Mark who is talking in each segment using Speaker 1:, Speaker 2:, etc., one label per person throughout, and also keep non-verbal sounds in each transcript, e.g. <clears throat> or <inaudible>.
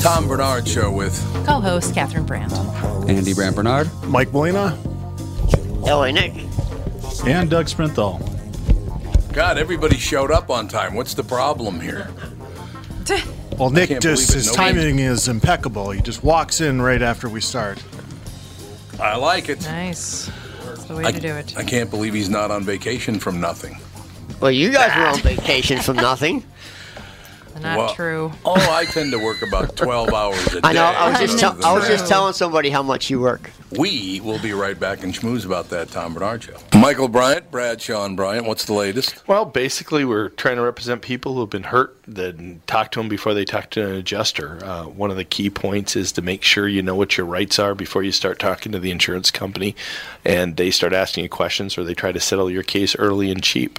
Speaker 1: Tom Bernard Show with
Speaker 2: co-host Catherine Brandt.
Speaker 1: Andy Brand Bernard.
Speaker 3: Mike Molina
Speaker 4: Hello, Nick.
Speaker 3: and Doug Sprinthal.
Speaker 1: God, everybody showed up on time. What's the problem here?
Speaker 3: Well, Nick
Speaker 1: can't
Speaker 3: just
Speaker 1: believe it.
Speaker 3: his
Speaker 1: Nobody-
Speaker 3: timing is impeccable. He just walks in right after we start.
Speaker 1: I like it.
Speaker 2: Nice. That's the way
Speaker 1: I,
Speaker 2: to do it.
Speaker 1: I can't believe he's not on vacation from nothing. Ah.
Speaker 4: Well, you guys were on vacation from nothing.
Speaker 2: Not
Speaker 1: Well,
Speaker 2: true.
Speaker 1: Oh, I tend to work
Speaker 2: <laughs>
Speaker 1: about 12 hours a day.
Speaker 4: I know. I was just tell
Speaker 1: other than
Speaker 4: I was just
Speaker 1: <laughs> that.
Speaker 4: telling somebody how much you work.
Speaker 1: We will be right back and schmooze about that Tom Bernard Show. Michael Bryant, Brad Sean Bryant, what's the latest?
Speaker 5: Well, basically, we're trying to represent people who have been hurt, then talk to them before they talk to an adjuster. Uh, one of the key points is to make sure you know what your rights are before you start talking to the insurance company and they start asking you questions or they try to settle your case early and cheap.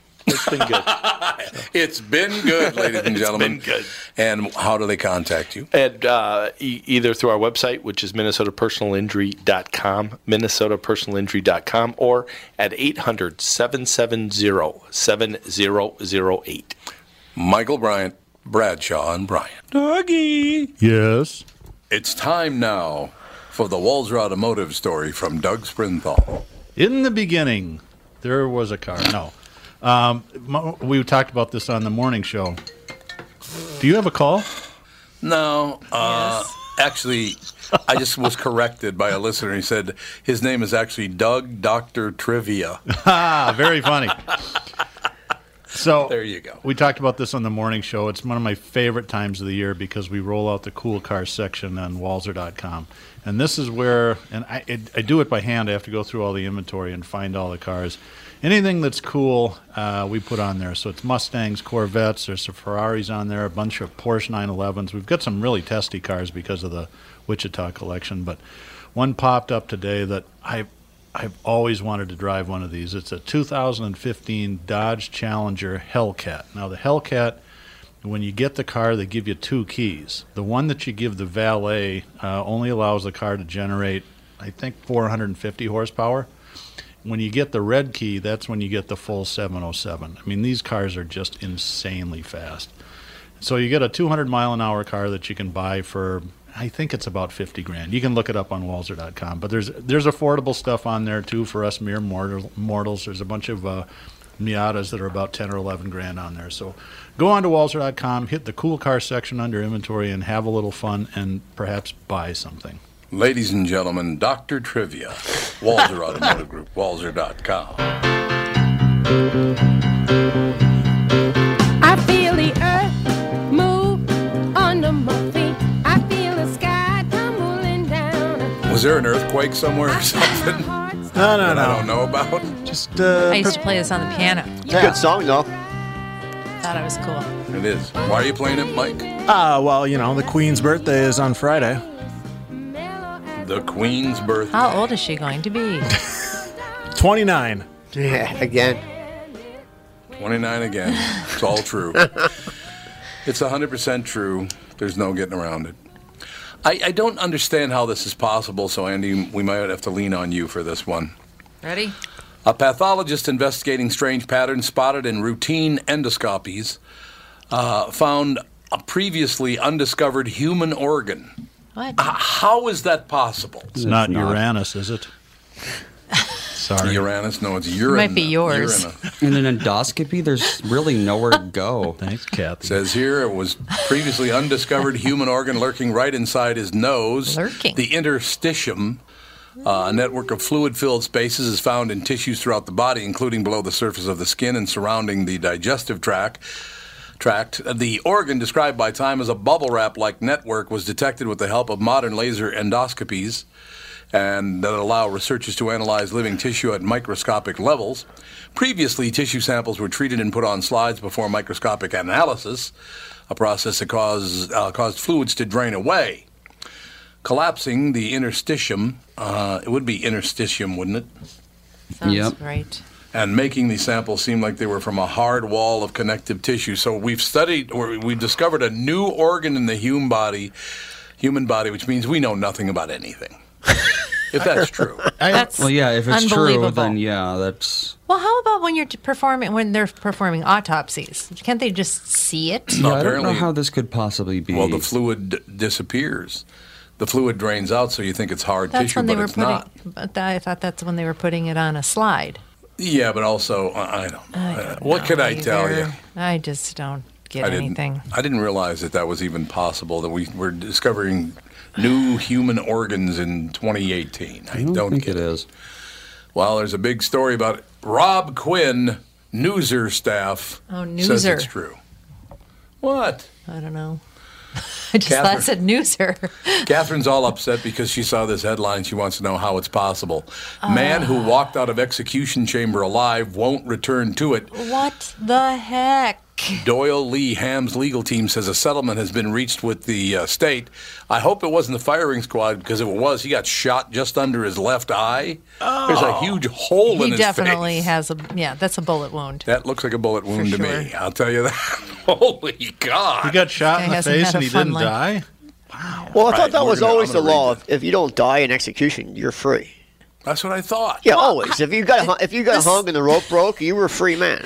Speaker 5: It's been good.
Speaker 1: <laughs> It's been good, ladies and gentlemen.
Speaker 5: been good.
Speaker 1: And how do they contact you?
Speaker 5: And uh, e- either through our website, which is minnesotapersonalinjury.com, minnesotapersonalinjury.com, or at 800-770-7008.
Speaker 1: Michael Bryant, Bradshaw, and Bryant.
Speaker 3: Yes.
Speaker 1: It's time now for the Walzer Automotive story from Doug Sprinthal.
Speaker 6: In the beginning, there was a car. No. Um, mo- we talked about this on the morning show. Do you have a call?
Speaker 1: No, uh, actually, I just was corrected by a listener. He said his name is actually Doug Doctor Trivia.
Speaker 6: Ah, very funny. So
Speaker 1: There you go.
Speaker 6: We talked about this on the morning show. It's one of my favorite times of the year because we roll out the cool car section on Walzer.com, and this is where and I it, I do it by hand. I have to go through all the inventory and find all the cars. Anything that's cool, uh, we put on there. So it's Mustangs, Corvettes. There's some Ferraris on there. A bunch of Porsche 911s. We've got some really testy cars because of the Wichita collection, but one popped up today that I I've always wanted to drive one of these. It's a 2015 Dodge Challenger Hellcat. Now, the Hellcat, when you get the car, they give you two keys. The one that you give the valet uh, only allows the car to generate, I think, 450 horsepower. When you get the red key, that's when you get the full 707. I mean, these cars are just insanely fast. So you get a 200 mile an hour car that you can buy for I think it's about 50 grand. You can look it up on walzer.com, but there's there's affordable stuff on there too for us mere mortal, mortals. There's a bunch of uh, Miatas that are about 10 or 11 grand on there. So go on to walzer.com, hit the cool car section under inventory and have a little fun and perhaps buy something.
Speaker 1: Ladies and gentlemen, Doctor Trivia, Walzer Automotive Group, Walzer.com.
Speaker 7: I feel the earth move under my feet. I feel the sky tumbling down.
Speaker 1: Was there an earthquake somewhere or something? <laughs>
Speaker 7: Heart's
Speaker 3: No, no,
Speaker 1: that I
Speaker 3: no.
Speaker 1: don't know about.
Speaker 3: Just uh,
Speaker 2: I used
Speaker 3: pre-
Speaker 2: to play this on the piano.
Speaker 4: It's a good song, though.
Speaker 2: Thought it was cool.
Speaker 1: It is. Why are you playing it, Mike?
Speaker 3: ah, well, you know, the Queen's birthday is on Friday.
Speaker 1: The Queen's birthday.
Speaker 2: How old is she going to be?
Speaker 3: 29.
Speaker 4: Yeah, again.
Speaker 1: 29 again. It's
Speaker 4: <laughs>
Speaker 1: all true. it's 100% true. There's no getting around it. I, I don't understand how this is possible, so Andy, we might have to lean on you for this one.
Speaker 2: Ready?
Speaker 1: A pathologist investigating strange patterns spotted in routine endoscopies uh, found a previously undiscovered human organ.
Speaker 2: What?
Speaker 1: How is that possible?
Speaker 6: It's not
Speaker 8: not.
Speaker 6: Uranus, is it? Sorry.
Speaker 1: Uranus? No, it's urine.
Speaker 2: might be yours.
Speaker 1: Uranus.
Speaker 8: In an endoscopy, there's really nowhere to go.
Speaker 6: <laughs> Thanks, Kathy.
Speaker 1: Says here it was previously undiscovered human organ lurking right inside his nose.
Speaker 2: Lurking.
Speaker 1: The interstitium, uh, a network of fluid filled spaces, is found in tissues throughout the body, including below the surface of the skin and surrounding the digestive tract. Tract. The organ described by Time as a bubble wrap like network was detected with the help of modern laser endoscopies and that allow researchers to analyze living tissue at microscopic levels. Previously, tissue samples were treated and put on slides before microscopic analysis, a process that caused, uh, caused fluids to drain away. Collapsing the interstitium, uh, it would be interstitium, wouldn't it?
Speaker 2: Sounds
Speaker 8: Yep.
Speaker 2: right.
Speaker 1: And making the samples seem like they were from a hard wall of connective tissue. So we've studied, or we've discovered a new organ in the human body, human body, which means we know nothing
Speaker 2: <laughs>
Speaker 1: about anything. if that's true.
Speaker 2: That's
Speaker 8: Well, yeah, if it's true,
Speaker 2: unbelievable.
Speaker 8: then yeah, that's.
Speaker 2: Well, how about when you're t- performing when they're performing autopsies? Can't they just see it?
Speaker 8: Yeah, I don't know
Speaker 1: apparently-
Speaker 8: how this could possibly be.
Speaker 1: Well, the fluid d- disappears. The fluid drains out, so you think it's hard
Speaker 2: That's
Speaker 1: tissue,
Speaker 2: when they
Speaker 1: but
Speaker 2: were
Speaker 1: it's
Speaker 2: putting.
Speaker 1: not.
Speaker 2: But I thought that's when they were putting it on a slide.
Speaker 1: Yeah, but also, I I don't. uh, what could I tell you?
Speaker 2: Either. I just don't get
Speaker 1: I didn't.
Speaker 2: anything.
Speaker 1: I didn't realize that that was even possible. That we were discovering new human organs in 2018. I,
Speaker 8: I don't, think
Speaker 1: get
Speaker 8: it is.
Speaker 1: Well, there's a big story about it. Rob Quinn, Newser staff,
Speaker 2: Oh,
Speaker 1: says
Speaker 2: Newser.
Speaker 1: it's true. What?
Speaker 2: I don't know. <laughs> I just thought
Speaker 1: Catherine.
Speaker 2: it said newser. <laughs>
Speaker 1: Catherine's all upset because she saw this headline. She wants to know how it's possible.
Speaker 2: Ah.
Speaker 1: Man who walked out of execution chamber alive won't return to it.
Speaker 2: what the heck?
Speaker 1: Doyle Lee Ham's legal team says a settlement has been reached with the uh, state. I hope it wasn't the firing squad because if it was, he got shot just under his left eye. There's
Speaker 6: Oh.
Speaker 1: a huge hole in
Speaker 2: He
Speaker 1: his
Speaker 2: definitely
Speaker 1: face.
Speaker 2: has a yeah. That's a bullet wound.
Speaker 1: That looks like a bullet wound to me.
Speaker 2: sure.
Speaker 1: I'll tell you that. Holy God!
Speaker 6: <laughs> He got shot
Speaker 2: This
Speaker 6: in
Speaker 2: guy
Speaker 6: the
Speaker 2: hasn't
Speaker 6: face
Speaker 2: had a
Speaker 6: and he
Speaker 2: fun
Speaker 6: didn't die?
Speaker 2: life.
Speaker 4: Well, I thought that
Speaker 1: we're
Speaker 4: was
Speaker 1: gonna-
Speaker 4: always
Speaker 1: I'm
Speaker 4: the
Speaker 1: gonna
Speaker 4: law.
Speaker 1: read
Speaker 4: If, if you don't die in execution, you're free.
Speaker 1: That's what I thought.
Speaker 4: Yeah, always. If you got hu- if you got
Speaker 2: This-
Speaker 4: hung and the rope broke, you were a
Speaker 2: <laughs>
Speaker 4: free man.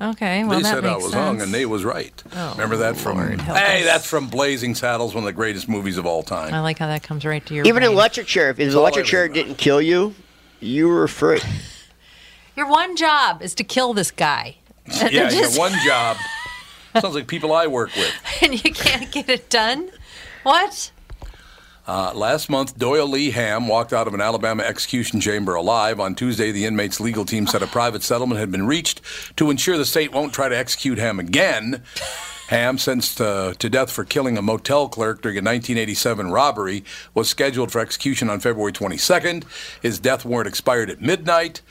Speaker 2: Okay, well
Speaker 1: they
Speaker 2: that
Speaker 1: said
Speaker 2: makes
Speaker 1: I was
Speaker 2: sense. Oh,
Speaker 1: wrong and they was right. Remember that from
Speaker 2: Lord, help
Speaker 1: Hey,
Speaker 2: us.
Speaker 1: that's from Blazing Saddles, one of the greatest movies of all time.
Speaker 2: I like how that comes right to your
Speaker 4: Even an
Speaker 2: brain.
Speaker 4: electric chair. If the electric
Speaker 1: I
Speaker 4: chair
Speaker 1: remember.
Speaker 4: didn't kill you, you were free.
Speaker 2: Your one job is to kill this guy. <laughs> And
Speaker 1: <laughs> yeah,
Speaker 2: they
Speaker 1: you
Speaker 2: Uh, just-
Speaker 1: got one
Speaker 2: <laughs>
Speaker 1: job. Sounds like people I work with.
Speaker 2: and you can't get it done. What?
Speaker 1: Uh, last month, Doyle Lee Ham walked out of an Alabama execution chamber alive. On Tuesday, the inmate's legal team said a private settlement had been reached to ensure the state won't try to execute Ham again. Ham, sentenced uh, to death for killing a motel clerk during a 1987 robbery, was scheduled for execution on February 22nd. His death warrant expired at midnight.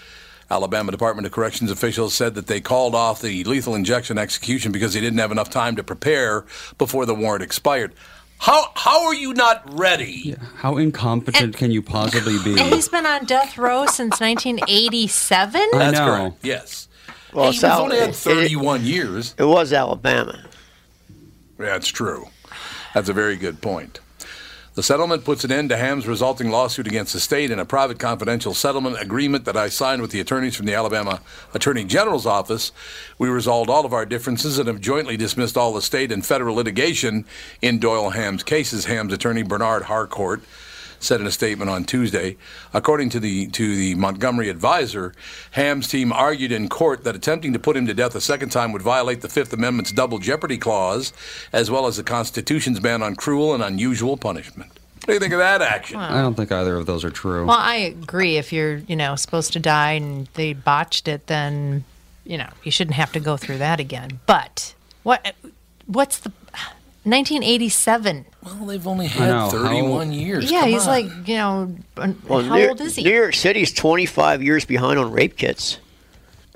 Speaker 1: Alabama Department of Corrections officials said that they called off the lethal injection execution because they didn't have enough time to prepare before the warrant expired. How, how are you not ready?
Speaker 8: How incompetent can you possibly be?
Speaker 2: And he's been on death row since 1987.
Speaker 8: I
Speaker 1: That's
Speaker 8: know.
Speaker 1: correct. Yes.
Speaker 4: Well,
Speaker 1: He's
Speaker 4: Sal,
Speaker 1: only had
Speaker 4: it-
Speaker 1: 31 years.
Speaker 4: It was Alabama.
Speaker 1: That's true. That's a very good point. The settlement puts an end to Ham's resulting lawsuit against the state in a private confidential settlement agreement that I signed with the attorneys from the Alabama Attorney General's office. We resolved all of our differences and have jointly dismissed all the state and federal litigation in Doyle Ham's cases, Ham's attorney Bernard Harcourt said in a statement on Tuesday. According to the to the Montgomery Advisor, Ham's team argued in court that attempting to put him to death a second time would violate the Fifth Amendment's double jeopardy clause, as well as the Constitution's ban on cruel and unusual punishment. What do you think of that action?
Speaker 8: I don't think either of those are true.
Speaker 2: Well, I agree. If you're, you know, supposed to die and they botched it, then, you know, you shouldn't have to go through that again. But what? What's the? 1987.
Speaker 1: Well, they've only
Speaker 8: I know, how-
Speaker 1: 31 years.
Speaker 2: Yeah,
Speaker 1: come
Speaker 2: he's
Speaker 1: on.
Speaker 2: like, you know, an-
Speaker 4: Well,
Speaker 2: how
Speaker 4: New,
Speaker 2: old is he?
Speaker 4: New York City's 25 years behind on rape kits.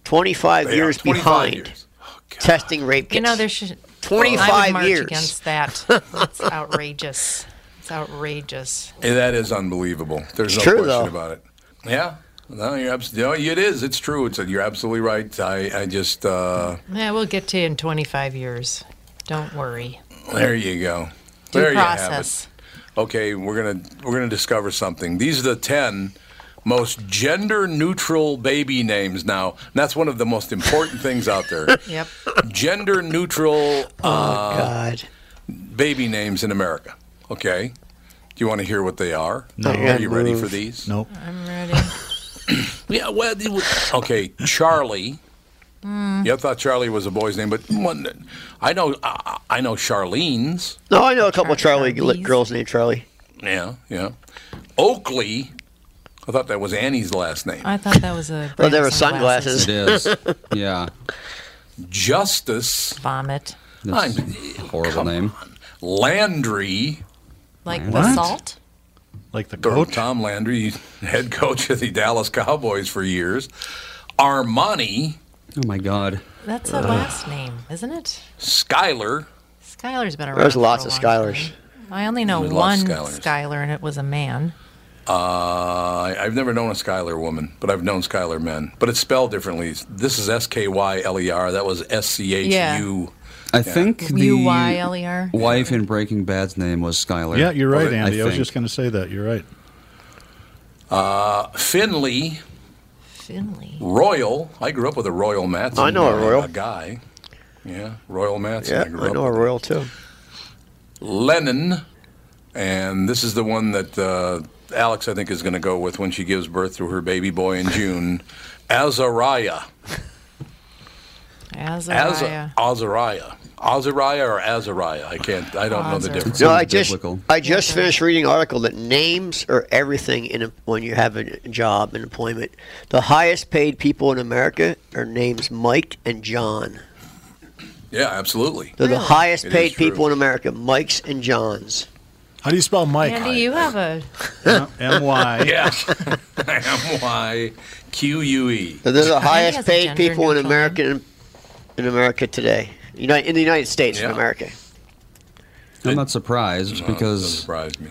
Speaker 4: 25
Speaker 1: They are
Speaker 4: years
Speaker 1: 25
Speaker 4: behind
Speaker 1: years. Oh,
Speaker 4: testing rape kits.
Speaker 2: you know, there should.
Speaker 4: 25
Speaker 2: I would march
Speaker 4: years.
Speaker 2: against
Speaker 4: <laughs>
Speaker 2: that. It's outrageous. It's outrageous.
Speaker 1: Hey, that is unbelievable. There's
Speaker 4: It's
Speaker 1: no
Speaker 4: true,
Speaker 1: question
Speaker 4: though.
Speaker 1: about it. Yeah. No, you're abs- no, it is. It's true. It's you're absolutely right. I, I just uh,
Speaker 2: Yeah, we'll get to you in 25 years. Don't worry.
Speaker 1: there you go.
Speaker 2: Due
Speaker 1: there you have it.
Speaker 2: process.
Speaker 1: okay we're gonna we're gonna discover something these are the 10 most gender neutral baby names now and that's one of the most important things out
Speaker 2: <laughs>
Speaker 1: there
Speaker 2: Yep.
Speaker 1: gender
Speaker 2: Oh,
Speaker 1: neutral uh,
Speaker 4: God.
Speaker 1: baby names in america okay do you want to hear what they are
Speaker 6: No.
Speaker 1: are you ready for
Speaker 4: Move.
Speaker 1: these
Speaker 6: Nope.
Speaker 2: I'm ready.
Speaker 1: <coughs> yeah well it would- okay charlie
Speaker 2: Hmm, Mm-hmm.
Speaker 1: yeah i thought charlie was a boy's name but one, i know I, I know charlene's
Speaker 4: No, I know a couple of Charlie
Speaker 2: Charlies.
Speaker 4: girls named Charlie.
Speaker 1: yeah yeah oakley i thought that was annie's last name
Speaker 2: I thought that was a.
Speaker 4: Well, there
Speaker 2: brand
Speaker 4: were
Speaker 2: of sunglasses.
Speaker 4: sunglasses.
Speaker 8: It is. yeah.
Speaker 1: justice
Speaker 2: Vomit.
Speaker 8: That's
Speaker 1: I'm-
Speaker 8: a horrible name.
Speaker 1: Landry,
Speaker 2: Like
Speaker 6: What?
Speaker 2: the salt?
Speaker 6: Like the
Speaker 1: or
Speaker 6: coach.
Speaker 1: Tom Landry, <laughs> head coach of the Dallas Cowboys for years. Armani,
Speaker 8: Oh my god.
Speaker 2: That's a last name, isn't it?
Speaker 1: Skyler,
Speaker 2: Skylar's been around.
Speaker 4: There's
Speaker 2: for a
Speaker 4: lots of
Speaker 2: long
Speaker 4: Skylers.
Speaker 2: time. I only know
Speaker 1: There's
Speaker 2: one
Speaker 1: lots of Skylers.
Speaker 2: Skylar, and it was a man.
Speaker 1: Uh, I- I've never known a Skyler woman, but I've known Skyler men. But it's spelled differently. This is S K Y L E R. That was S C H U.
Speaker 8: I think the
Speaker 2: U Y L E R.
Speaker 8: wife in Breaking Bad's name was Skylar.
Speaker 6: Yeah, you're right,
Speaker 8: I
Speaker 6: Andy. I, was
Speaker 8: think.
Speaker 6: just going to say that. You're right.
Speaker 1: Uh, Finley,
Speaker 2: Finley.
Speaker 1: Royal. I grew up with a Royal Matson.
Speaker 4: I know a Royal.
Speaker 1: A guy. Yeah, Royal Matson.
Speaker 4: Yeah,
Speaker 1: I grew
Speaker 4: I
Speaker 1: up
Speaker 4: know a royal too.
Speaker 1: Lennon, and this is the one that uh, Alex, I think, is going to go with when she gives birth to her baby boy in June. Azariah. Az-
Speaker 2: Azariah.
Speaker 1: Azariah. Azariah or Azariah? I can't, I don't know the
Speaker 2: Azar.
Speaker 1: difference.
Speaker 4: No, I
Speaker 8: Sounds
Speaker 4: just
Speaker 8: biblical.
Speaker 4: I just finished reading an article that names are everything in a, when you have a job and employment. The highest paid people in America are names Mike and John.
Speaker 1: Yeah, absolutely.
Speaker 4: They're the highest
Speaker 1: It is
Speaker 4: paid
Speaker 1: true.
Speaker 4: people in America, Mikes and Johns.
Speaker 3: How do you spell Mike?
Speaker 2: Andy, you have a.
Speaker 6: M Y.
Speaker 1: <laughs> Yeah. M Y Q U E.
Speaker 4: They're the highest
Speaker 2: has a
Speaker 4: paid people in
Speaker 2: gender-neutral
Speaker 4: America in, America today. United, in the United States
Speaker 1: Yeah.
Speaker 4: of
Speaker 1: <laughs>
Speaker 4: America.
Speaker 8: I'm not surprised
Speaker 1: Doesn't
Speaker 8: because
Speaker 1: surprise me.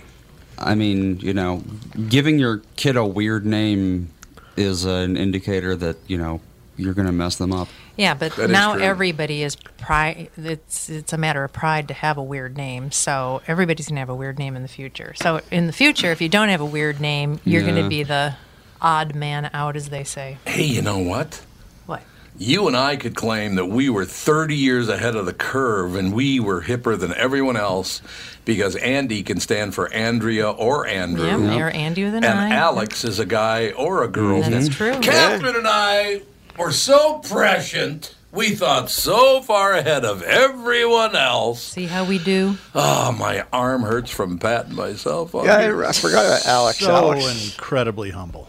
Speaker 8: I mean, you know, giving your kid a weird name is an indicator that you know you're going to mess them up.
Speaker 2: Yeah, but
Speaker 1: That is
Speaker 2: now
Speaker 1: true.
Speaker 2: everybody is pride. It's it's a matter of pride to have a weird name. So everybody's gonna have a weird name in the future. So in the future, if you don't have a weird name, you're
Speaker 8: Yeah.
Speaker 2: gonna be the odd man out, as they say.
Speaker 1: Hey, you know what?
Speaker 2: What?
Speaker 1: You and I could claim that we were 30 years ahead of the curve and we were hipper than everyone else because Andy can stand for Andrea or Andrew.
Speaker 2: Yeah, or Andy with an
Speaker 1: And
Speaker 2: I.
Speaker 1: Alex is a guy or a girl. Mm-hmm.
Speaker 2: That is Mm-hmm. true.
Speaker 1: Catherine and I were so prescient. We thought so far ahead of everyone else.
Speaker 2: See how Uh, we do.
Speaker 1: Oh, my arm hurts from patting myself on
Speaker 4: Yeah,
Speaker 1: it.
Speaker 4: I, I forgot
Speaker 1: <laughs>
Speaker 4: about Alex.
Speaker 6: So
Speaker 4: Alex.
Speaker 6: incredibly humble.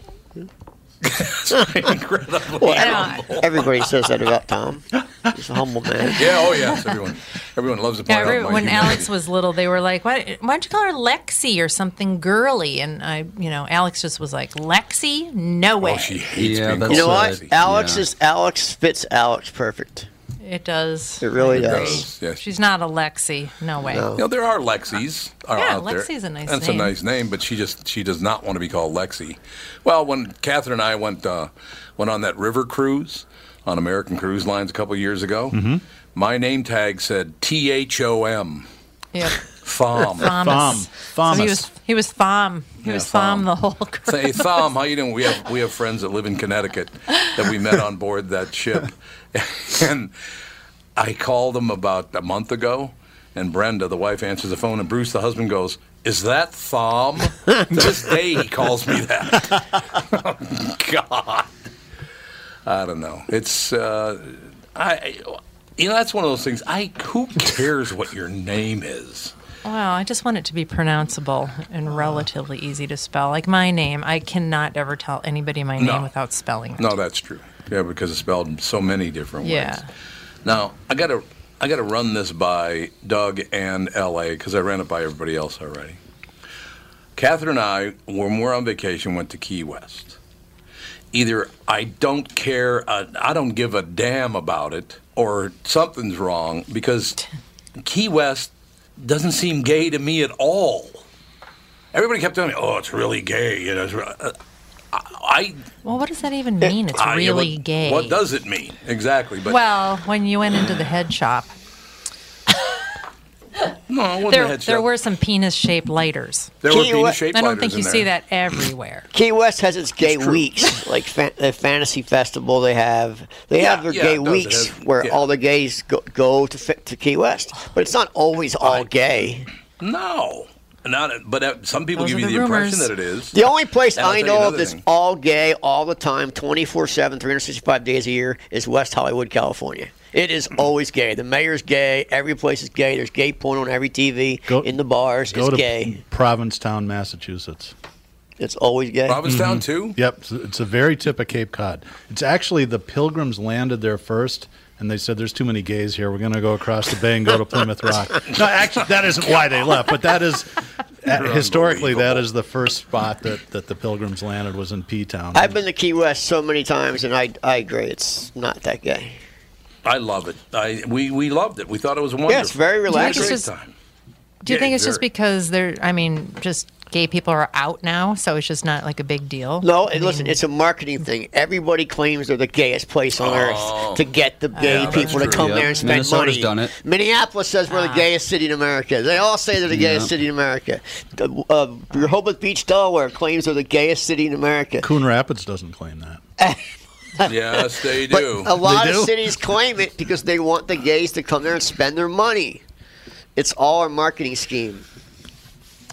Speaker 1: Incredible.
Speaker 4: Well, every- everybody says that about Tom. He's a humble man.
Speaker 1: Yeah, oh yes, everyone, everyone loves to point
Speaker 2: Yeah, I
Speaker 1: out
Speaker 2: remember
Speaker 1: Oh, my
Speaker 2: when
Speaker 1: humility.
Speaker 2: Alex was little, they were like, why, why don't you call her Lexi or something girly? And I, you know, Alex just was like, Lexi? No way.
Speaker 1: Oh, she
Speaker 8: <laughs>
Speaker 1: hates
Speaker 8: Yeah,
Speaker 1: being
Speaker 8: that's
Speaker 4: You know
Speaker 8: Sorry.
Speaker 4: what? Alex
Speaker 8: Yeah.
Speaker 4: is Alex fits Alex perfect.
Speaker 2: it does.
Speaker 4: It really does.
Speaker 1: Yes, yes.
Speaker 2: She's not a Lexi. No way.
Speaker 4: No.
Speaker 1: You know, there are Lexis are
Speaker 2: Yeah,
Speaker 1: out there.
Speaker 2: Lexi's a nice
Speaker 1: That's
Speaker 2: name.
Speaker 1: a nice name, but she just she does not want to be called Lexi. Well, when Catherine and I went uh, went on that river cruise on American Cruise Lines a couple years ago, my name tag said T H O M.
Speaker 2: Yep.
Speaker 1: Thom.
Speaker 2: Thomas.
Speaker 6: Thomas.
Speaker 2: So he was he was Thom. He
Speaker 1: Yeah,
Speaker 2: was Thom
Speaker 1: Thom.
Speaker 2: the whole crew.
Speaker 1: Say, hey, Thom, how you doing? We have we have friends that live in Connecticut that we met on board that ship, <laughs> and I called them about a month ago, and Brenda, the wife, answers the phone, and Bruce, the husband, goes, "Is that Thom?" to this day, he calls me that. <laughs> Oh, God, I don't know. It's uh, I. You know, that's one of those things. I who cares what your name is?
Speaker 2: <laughs> Wow, I just want it to be pronounceable and relatively easy to spell. Like my name, I cannot ever tell anybody my name
Speaker 1: No.
Speaker 2: without spelling it.
Speaker 1: No, that's true. Yeah, because it's spelled in so many different ways.
Speaker 2: Yeah.
Speaker 1: Now I gotta I got to run this by Doug and LA because I ran it by everybody else already. Catherine and I, when we're on vacation, went to Key West. Either I don't care, uh, I don't give a damn about it, or something's wrong because Key West doesn't seem gay to me at all. Everybody kept telling me, "Oh, it's really gay," you know. It's, re- uh, I
Speaker 2: Well, what does that even mean? It's
Speaker 1: I- Ah, yeah,
Speaker 2: really
Speaker 1: what-
Speaker 2: gay.
Speaker 1: What does it mean exactly? But
Speaker 2: well, when you went into the head shop,
Speaker 1: no, it wasn't
Speaker 2: there,
Speaker 1: a head
Speaker 2: there
Speaker 1: shop.
Speaker 2: were some penis-shaped lighters.
Speaker 1: There
Speaker 4: uh,
Speaker 1: were Key West- penis-shaped
Speaker 2: I don't
Speaker 1: lighters
Speaker 2: think
Speaker 1: in
Speaker 2: you see
Speaker 1: there.
Speaker 2: that everywhere.
Speaker 4: <clears throat> Key West has its gay
Speaker 1: <laughs>
Speaker 4: weeks, like fa- the fantasy festival they have. They
Speaker 2: Yeah,
Speaker 4: have their
Speaker 2: yeah,
Speaker 4: gay
Speaker 2: it does. It
Speaker 4: weeks
Speaker 2: has-
Speaker 4: where
Speaker 2: yeah.
Speaker 4: all the gays go, go to fi- to Key West, but it's not always all gay.
Speaker 1: No, not. But uh, some people give you the, impression that it is.
Speaker 4: The only place
Speaker 1: And I'll
Speaker 4: I
Speaker 1: tell you
Speaker 4: know of
Speaker 1: another
Speaker 4: that's
Speaker 1: thing.
Speaker 4: all gay all the time, 24 7, 365 days a year, is West Hollywood, California. It is
Speaker 1: Mm.
Speaker 4: always gay. The mayor's gay. Every place is gay. There's gay porn on every TV, in the bars.
Speaker 6: Go
Speaker 4: It's
Speaker 6: to
Speaker 4: gay.
Speaker 6: Provincetown, Massachusetts.
Speaker 4: It's always gay.
Speaker 1: Provincetown,
Speaker 6: Mhm.
Speaker 4: Mm-hmm.
Speaker 1: too?
Speaker 6: Yep, it's, it's the very tip of Cape Cod. It's actually the Pilgrims landed there first, and they said, "There's too many gays here. We're going to go across the bay and go to
Speaker 1: <laughs>
Speaker 6: Plymouth Rock." No, actually, that isn't why they left, but that is uh,
Speaker 4: You're
Speaker 6: historically that is the first spot that, that the Pilgrims landed was in P Town.
Speaker 4: I've been to Key West so many times, and I, I agree. It's not that gay.
Speaker 1: I love it. I we, we loved it. We thought it was wonderful.
Speaker 4: Yeah, it's very
Speaker 1: It was a
Speaker 4: relaxing.
Speaker 1: great
Speaker 4: It's just-
Speaker 1: time.
Speaker 2: Do you
Speaker 1: Yeah,
Speaker 2: think it's just
Speaker 1: very.
Speaker 2: because they're? I mean, just gay people are out now, so it's just not like a big deal.
Speaker 4: No, and listen, it's a marketing thing. Everybody claims they're the gayest place on
Speaker 2: Oh.
Speaker 4: earth to get the gay
Speaker 2: Yeah, that's
Speaker 4: people to
Speaker 2: true.
Speaker 4: come
Speaker 2: Yeah.
Speaker 4: there and spend
Speaker 8: Minnesota's
Speaker 4: money.
Speaker 8: done it.
Speaker 4: Minneapolis says we're the gayest city in America. They all say they're the gayest
Speaker 8: Yeah.
Speaker 4: city in America. The, Uh, Rehoboth Beach, Delaware claims they're the gayest city in America.
Speaker 6: Coon Rapids doesn't claim that.
Speaker 1: yes, they do.
Speaker 4: A lot
Speaker 6: They
Speaker 4: of
Speaker 6: do?
Speaker 4: cities claim it because they want the gays to come there and spend their money. It's all a marketing scheme.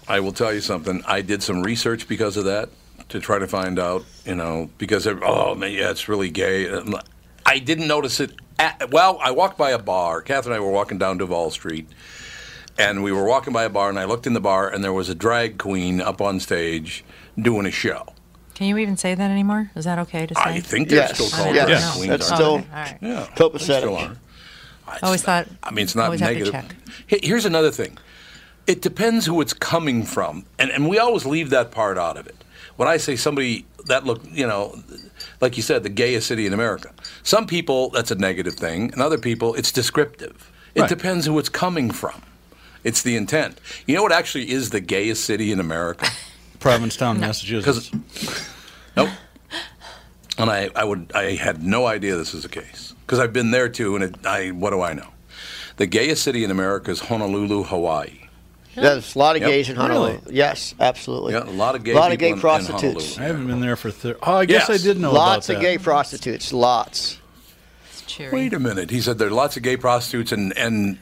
Speaker 1: I will tell you something. I did some research because of that to try to find out, you know, because of, oh man, yeah, it's really gay. I'm not- I didn't notice it. At, well, I walked by a bar. Catherine and I were walking down Duval Street, and we were walking by a bar, and I looked in the bar, and there was a drag queen up on stage doing a show.
Speaker 2: Can you even say that anymore? Is that okay to say?
Speaker 1: I think they're still called
Speaker 2: I don't
Speaker 1: drag
Speaker 2: know.
Speaker 1: queens.
Speaker 2: Oh,
Speaker 1: aren't they?
Speaker 2: okay. All right.
Speaker 1: yeah,
Speaker 4: copacetic.
Speaker 1: they still are.
Speaker 2: I always thought.
Speaker 1: I mean, it's not
Speaker 2: Always have to
Speaker 1: negative.
Speaker 2: check.
Speaker 1: He- Here's another thing. It depends who it's coming from, and and we always leave that part out of it. When I say somebody that look, you know, like you said, the gayest city in America. Some people that's a negative thing, and other people it's descriptive. It depends who it's coming from. It's the intent. You know what actually is the gayest city in America?
Speaker 6: Provincetown, Massachusetts.
Speaker 1: Nope. And I, I would I had no idea this was the case because I've been there too, and it, I what do I know? The gayest city in America is Honolulu, Hawaii.
Speaker 4: There's a lot of
Speaker 1: Yep.
Speaker 4: gays in Honolulu. Yes, absolutely.
Speaker 1: Yeah, a lot of gay
Speaker 4: a lot of
Speaker 1: people
Speaker 4: gay
Speaker 1: in- in
Speaker 4: prostitutes.
Speaker 6: I haven't been there for. Thir- oh, I guess I did know
Speaker 4: Lots
Speaker 6: about
Speaker 4: of
Speaker 6: that.
Speaker 4: gay prostitutes. Lots.
Speaker 1: Wait a minute. He said there are lots of gay prostitutes, and and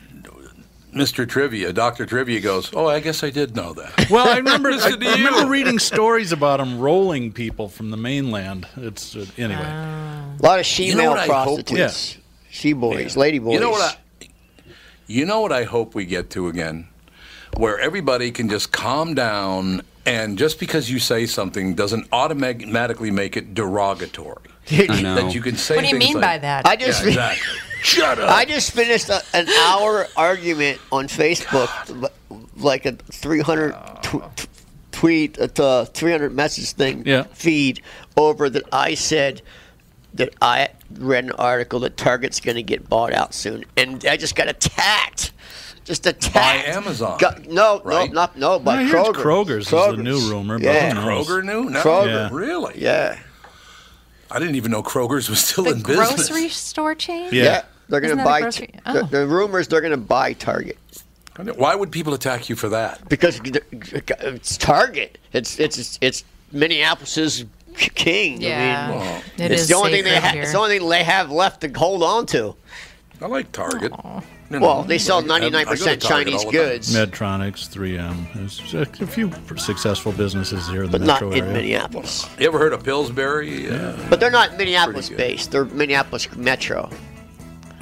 Speaker 1: Mr. Trivia, Doctor Trivia goes, oh, I guess I did know that.
Speaker 6: <laughs> Well, I remember. I
Speaker 1: Listen to you.
Speaker 6: remember reading stories about them rolling people from the mainland. It's uh, anyway.
Speaker 4: A lot of she
Speaker 1: You know
Speaker 4: male
Speaker 1: what I hope we-
Speaker 4: prostitutes. She boys, lady boys.
Speaker 1: You know what? I, you know what I hope we get to again, where everybody can just calm down, and just because you say something doesn't automatically make it derogatory.
Speaker 4: <laughs> I
Speaker 8: know.
Speaker 1: That you can say.
Speaker 2: What do you
Speaker 1: things
Speaker 2: mean
Speaker 1: like-
Speaker 2: by that?
Speaker 4: I just
Speaker 1: Yeah, exactly.
Speaker 4: <laughs>
Speaker 1: Shut up.
Speaker 4: I just finished a, an hour argument on Facebook, li- like a 300 tw- tw- tweet, a uh, 300 message thing
Speaker 6: Yeah.
Speaker 4: feed over that I said that I read an article that Target's going to get bought out soon, and I just got attacked. Just attacked
Speaker 1: Amazon,
Speaker 4: Got- no,
Speaker 1: right?
Speaker 4: no, not no. By
Speaker 6: I heard
Speaker 4: Kroger.
Speaker 6: Kroger's is the new rumor, but
Speaker 4: Yeah.
Speaker 6: who knows?
Speaker 1: Kroger knew? No,
Speaker 4: Kroger.
Speaker 1: really?
Speaker 4: Yeah.
Speaker 1: I didn't even know Kroger's was still
Speaker 2: The
Speaker 1: in business.
Speaker 2: grocery store chain.
Speaker 4: Yeah. They're going
Speaker 2: Isn't that
Speaker 4: to buy.
Speaker 2: The
Speaker 4: t-
Speaker 2: grocery- oh.
Speaker 4: the, the rumors they're going to buy Target.
Speaker 1: Why would people attack you for that?
Speaker 4: because it's Target. It's it's it's Minneapolis's king.
Speaker 2: Yeah.
Speaker 4: I mean,
Speaker 2: Well, it
Speaker 4: it's
Speaker 2: is
Speaker 4: the only thing they
Speaker 2: sacred
Speaker 4: ha-
Speaker 2: here.
Speaker 4: it's the only thing they have left to hold on to.
Speaker 1: I like Target. You know,
Speaker 4: Well, they sell
Speaker 1: I- I- I go to
Speaker 4: 99%
Speaker 1: Target
Speaker 4: Chinese
Speaker 1: all the time.
Speaker 4: goods,
Speaker 6: Medtronics, 3M. There's a few successful businesses here in
Speaker 4: but
Speaker 6: the
Speaker 4: not
Speaker 6: metro
Speaker 4: in
Speaker 6: area.
Speaker 4: Minneapolis.
Speaker 1: You ever heard of Pillsbury? Uh,
Speaker 4: But they're not Minneapolis based. They're Minneapolis Metro.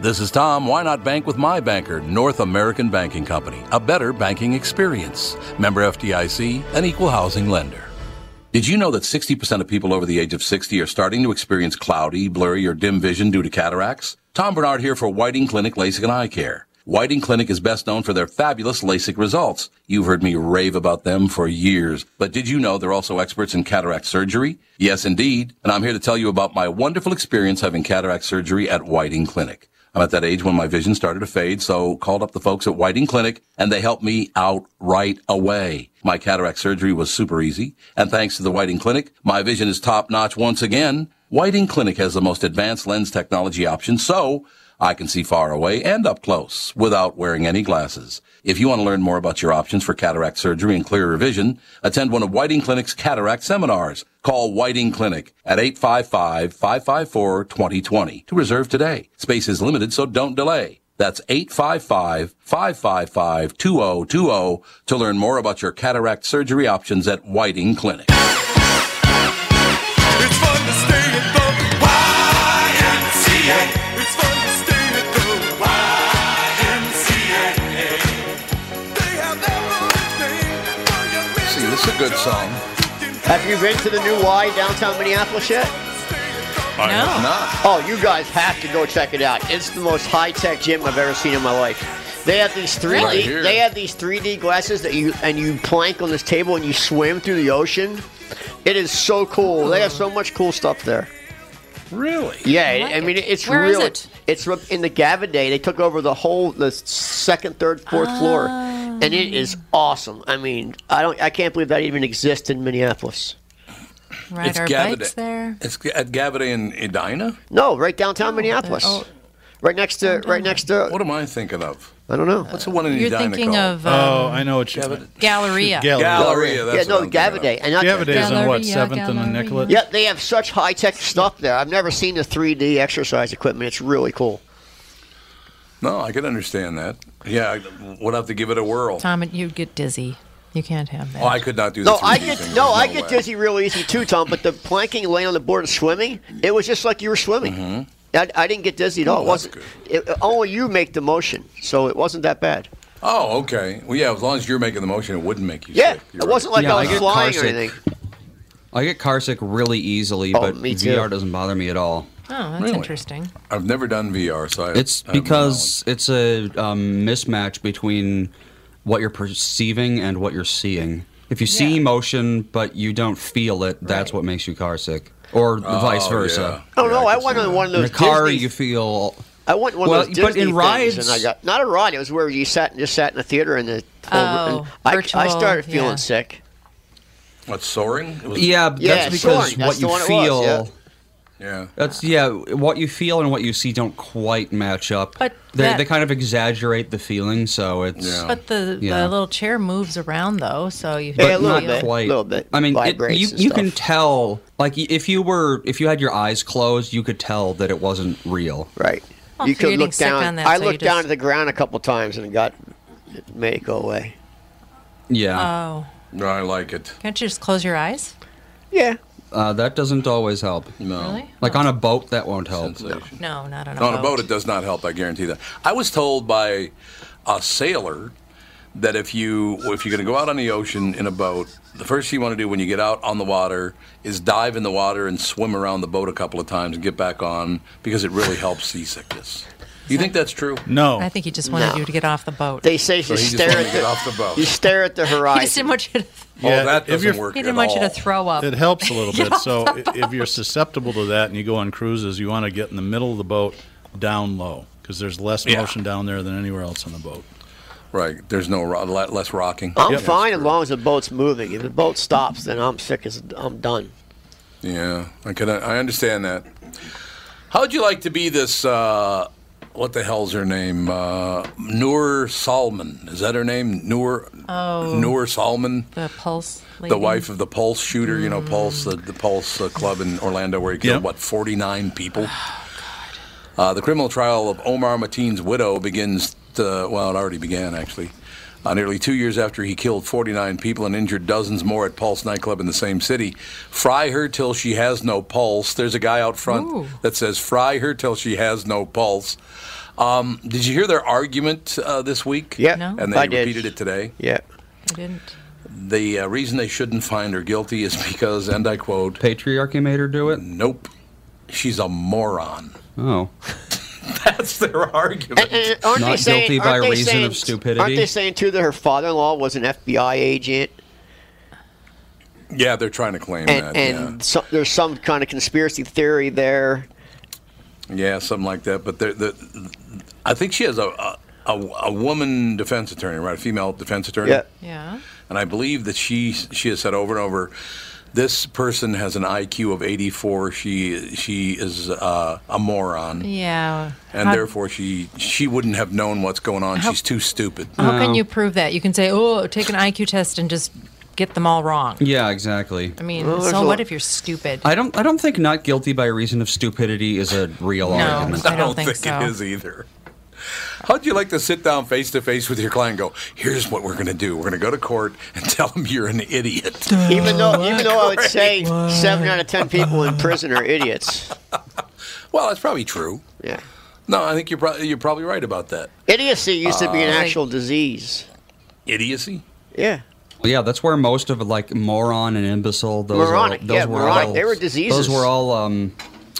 Speaker 9: This is Tom. Why not bank with my banker, North American Banking Company? A better banking experience. Member FDIC, an equal housing lender.
Speaker 10: Did you know that 60% of people over the age of 60 are starting to experience cloudy, blurry, or dim vision due to cataracts? Tom Bernard here for Whiting Clinic LASIK and Eye Care. Whiting Clinic is best known for their fabulous LASIK results. You've heard me rave about them for years, but did you know they're also experts in cataract surgery? Yes, indeed. And I'm here to tell you about my wonderful experience having cataract surgery at Whiting Clinic. I'm at that age when my vision started to fade, so called up the folks at Whiting Clinic and they helped me out right away. My cataract surgery was super easy, and thanks to the Whiting Clinic, my vision is top notch once again. Whiting Clinic has the most advanced lens technology options, so I can see far away and up close without wearing any glasses. If you want to learn more about your options for cataract surgery and clearer vision, attend one of Whiting Clinic's cataract seminars. Call Whiting Clinic at 855-554-2020 to reserve today. Space is limited, so don't delay. That's 855-555-2020 to learn more about your cataract surgery options at Whiting Clinic.
Speaker 11: It's fun to stay at the YMCA. It's fun to stay at the YMCA.
Speaker 1: See, this is a good song.
Speaker 4: Have you been to the new Y downtown Minneapolis yet?
Speaker 1: I
Speaker 11: No. have
Speaker 1: not.
Speaker 4: Oh, you guys have to go check it out. It's the most high tech gym I've ever seen in my life. They have these three
Speaker 1: Right
Speaker 4: D
Speaker 1: here.
Speaker 4: they have these three D glasses that you and you plank on this table and you swim through the ocean. It is so cool. They have so much cool stuff there.
Speaker 1: Really?
Speaker 4: Yeah, I, mean it's
Speaker 12: Where is
Speaker 4: real.
Speaker 12: it?
Speaker 4: It's re- in the Gavaday. They took over the whole the second, third, fourth floor,
Speaker 2: Ah.
Speaker 4: and it is awesome. I mean, I don't, I can't believe that even exists in Minneapolis.
Speaker 2: Ride
Speaker 4: It's
Speaker 2: our
Speaker 4: gathered-
Speaker 2: bikes there.
Speaker 1: It's at Gavaday in Edina?
Speaker 4: No, right downtown Minneapolis,
Speaker 2: oh.
Speaker 4: right next to, right next to. What
Speaker 1: am I thinking of?
Speaker 4: I don't know.
Speaker 1: What's the one in
Speaker 2: You're
Speaker 1: Edina
Speaker 2: thinking of,
Speaker 1: called?
Speaker 2: Oh, um,
Speaker 6: I know what you mean.
Speaker 2: Galleria.
Speaker 1: Galleria, that's
Speaker 4: yeah,
Speaker 1: what
Speaker 4: no,
Speaker 1: I'm thinking of.
Speaker 4: Gavaday. And not
Speaker 6: Gavaday is on what,
Speaker 4: Galleria,
Speaker 6: Seventh and on Nicollet?
Speaker 4: Yeah, they have such high tech stuff there. I've never seen the 3D exercise equipment. It's really cool.
Speaker 1: No, I can understand that. Yeah, I would have to give it a whirl.
Speaker 2: Tom, you'd get dizzy. You can't have that.
Speaker 1: Oh, I could not do
Speaker 4: No,
Speaker 1: this.
Speaker 4: I get no, I get dizzy real easy too, Tom. But the planking, laying on the board, and swimming, it was just like you were swimming. I, I didn't get dizzy at all.
Speaker 1: Mm-hmm. Oh,
Speaker 4: It wasn't
Speaker 1: that's
Speaker 4: it- only you make the motion, so it wasn't that bad.
Speaker 1: Oh, okay. Well, yeah, as long as you're making the motion, it wouldn't make you
Speaker 4: Yeah,
Speaker 1: sick.
Speaker 4: it wasn't like
Speaker 8: Yeah,
Speaker 4: I
Speaker 8: I
Speaker 4: was
Speaker 8: get
Speaker 4: flying
Speaker 8: carsick.
Speaker 4: or anything.
Speaker 8: I get car sick really easily, but
Speaker 4: Oh, me too.
Speaker 8: VR doesn't bother me at all.
Speaker 2: Oh, that's
Speaker 1: Really?
Speaker 2: interesting.
Speaker 1: I've never done VR, so I,
Speaker 8: It's
Speaker 1: I have no
Speaker 8: because it's a um, mismatch between what you're perceiving and what you're seeing. If you see emotion but you don't feel it, that's what makes you car sick, or
Speaker 4: Oh,
Speaker 8: vice versa.
Speaker 4: I don't know. I went on one of
Speaker 8: In
Speaker 4: those
Speaker 8: a car,
Speaker 4: Disney.
Speaker 8: you feel.
Speaker 4: I went one
Speaker 8: well,
Speaker 4: of those Disney
Speaker 8: but in
Speaker 4: things
Speaker 8: rides,
Speaker 4: and I got not a ride. It was where you sat and just sat in the theater and the.
Speaker 8: Oh,
Speaker 4: and I, I
Speaker 8: virtual,
Speaker 4: started feeling
Speaker 8: yeah.
Speaker 4: sick.
Speaker 1: What soaring? It was-
Speaker 8: yeah, but that's because
Speaker 4: soaring, that's
Speaker 8: what
Speaker 4: the
Speaker 8: you
Speaker 4: one it
Speaker 8: feel.
Speaker 4: was, yeah.
Speaker 1: Yeah.
Speaker 8: That's yeah. What you feel and what you see don't quite match up.
Speaker 2: But
Speaker 8: they,
Speaker 2: that-
Speaker 8: they kind of exaggerate the feeling, so it's.
Speaker 2: But the,
Speaker 8: Yeah.
Speaker 2: the little chair moves around though, so you
Speaker 8: but
Speaker 2: can
Speaker 8: not
Speaker 2: feel-
Speaker 8: quite. I mean, it,
Speaker 4: vibrates
Speaker 8: you
Speaker 4: and
Speaker 8: you can
Speaker 4: stuff.
Speaker 8: tell. Like y- if you were if you had your eyes closed, you could tell that it wasn't real.
Speaker 4: Right.
Speaker 2: Oh,
Speaker 4: you could look down. I looked down at the ground a couple times and it got it made it go away.
Speaker 8: Yeah.
Speaker 2: Oh,
Speaker 1: No, I like it.
Speaker 2: can't you just close your eyes?
Speaker 4: Yeah.
Speaker 8: Uh, that doesn't always help.
Speaker 1: No.
Speaker 2: Really?
Speaker 8: Like on a boat, that won't help.
Speaker 2: No, not on a
Speaker 1: No, on
Speaker 2: boat.
Speaker 1: a boat, it does not help. I guarantee that. I was told by a sailor that if you if you're going to go out on the ocean in a boat, the first thing you want to do when you get out on the water is dive in the water and swim around the boat a couple of times and get back on because it really helps seasickness. Do you think that's true?
Speaker 6: No.
Speaker 2: I think he just wanted
Speaker 1: No.
Speaker 2: you to get off the boat.
Speaker 4: They say
Speaker 1: So
Speaker 4: you
Speaker 1: he just
Speaker 4: stare at
Speaker 1: wanted to
Speaker 4: the,
Speaker 1: get off the boat.
Speaker 4: You stare at
Speaker 2: <laughs>
Speaker 4: the
Speaker 2: He
Speaker 4: horizon.
Speaker 2: just didn't want you <laughs> to.
Speaker 6: Yeah,
Speaker 1: Oh,
Speaker 6: if you're-
Speaker 2: He didn't want you to throw up.
Speaker 6: It helps
Speaker 2: <laughs>
Speaker 6: a little
Speaker 2: Get
Speaker 6: bit.
Speaker 2: off
Speaker 6: So
Speaker 2: the
Speaker 6: i- if you're susceptible to that and you go on cruises, you want to get in the middle of the boat, down low, because there's less
Speaker 1: Yeah.
Speaker 6: motion down there than anywhere else on the boat.
Speaker 1: Right. There's no ro- le- less rocking.
Speaker 4: I'm fine as long as the boat's moving. If the boat stops, then I'm sick as I'm done.
Speaker 1: Yeah, I can. I understand that. How would you like to be this uh, what the hell's her name? Uh, Noor Salman. Is that her name? Noor
Speaker 2: Oh.
Speaker 1: Noor Salman,
Speaker 2: The Pulse. Mm.
Speaker 1: the wife of the Pulse shooter. You know, Pulse, the, the Pulse uh, club in Orlando, where he killed what forty nine people.
Speaker 2: Oh,
Speaker 1: Uh, the criminal trial of Omar Mateen's widow begins. uh well, it already began actually. Uh, nearly two years after he killed 49 people and injured dozens more at Pulse nightclub in the same city, fry her till she has no pulse. There's a guy out front
Speaker 12: Ooh.
Speaker 1: that says, "Fry her till she has no pulse." Um, did you hear their argument uh, this week?
Speaker 4: Yeah. No.
Speaker 1: and they
Speaker 4: I did.
Speaker 1: repeated it today.
Speaker 4: Yeah.
Speaker 2: I didn't.
Speaker 1: The uh, reason they shouldn't find her guilty is because, and I quote,
Speaker 8: "Patriarchy made her do it."
Speaker 1: Nope, she's a moron.
Speaker 8: Oh,
Speaker 1: <laughs> That's their argument.
Speaker 4: And aren't
Speaker 8: Not
Speaker 4: they saying,
Speaker 8: guilty by
Speaker 4: aren't they
Speaker 8: reason
Speaker 4: saying-
Speaker 8: of stupidity?
Speaker 4: Aren't they saying too that her father-in-law was an FBI agent,
Speaker 1: Yeah, they're trying to claim that.
Speaker 4: and, and so, there's some kind of conspiracy theory there?
Speaker 1: yeah. yeah, something like that. But they're, the I think she has a, a a a woman defense attorney, right? A female defense attorney.
Speaker 4: Yeah.
Speaker 2: Yeah.
Speaker 1: And I believe that she she has said over and over, this person has an IQ of 84. She she is uh, a moron,
Speaker 2: Yeah.
Speaker 1: and
Speaker 2: How-
Speaker 1: therefore she she wouldn't have known what's going on.
Speaker 2: How-
Speaker 1: She's too stupid.
Speaker 2: How can you prove that? You can say, "Oh, take an IQ test and just get them all wrong."
Speaker 8: yeah, exactly.
Speaker 2: I mean,
Speaker 8: Well, there's
Speaker 2: so
Speaker 8: a
Speaker 2: what
Speaker 8: lot-
Speaker 2: if you're stupid?
Speaker 8: I don't. I don't think not guilty by reason of stupidity is a real
Speaker 2: No,
Speaker 8: argument.
Speaker 2: I don't I don't think
Speaker 1: think it is either. How'd you like to sit down face to face with your client and go, here's what we're going to do. We're going to go to court and <laughs> tell them you're an idiot.
Speaker 4: Even though,
Speaker 2: Oh,
Speaker 4: even though I would say seven out of ten
Speaker 2: <laughs>
Speaker 4: people in prison are idiots.
Speaker 1: <laughs> Well, that's probably true.
Speaker 4: Yeah.
Speaker 1: No, I think you're, prob- you're probably right about that.
Speaker 4: Idiocy used to be an
Speaker 1: Uh,
Speaker 4: actual disease.
Speaker 1: Idiocy?
Speaker 4: Yeah.
Speaker 8: Yeah, that's where most of like moron and imbecile. Those
Speaker 4: Moronic,
Speaker 8: Are, those
Speaker 4: yeah,
Speaker 8: were
Speaker 4: moronic.
Speaker 8: All,
Speaker 4: They were diseases.
Speaker 8: Those were all. Um,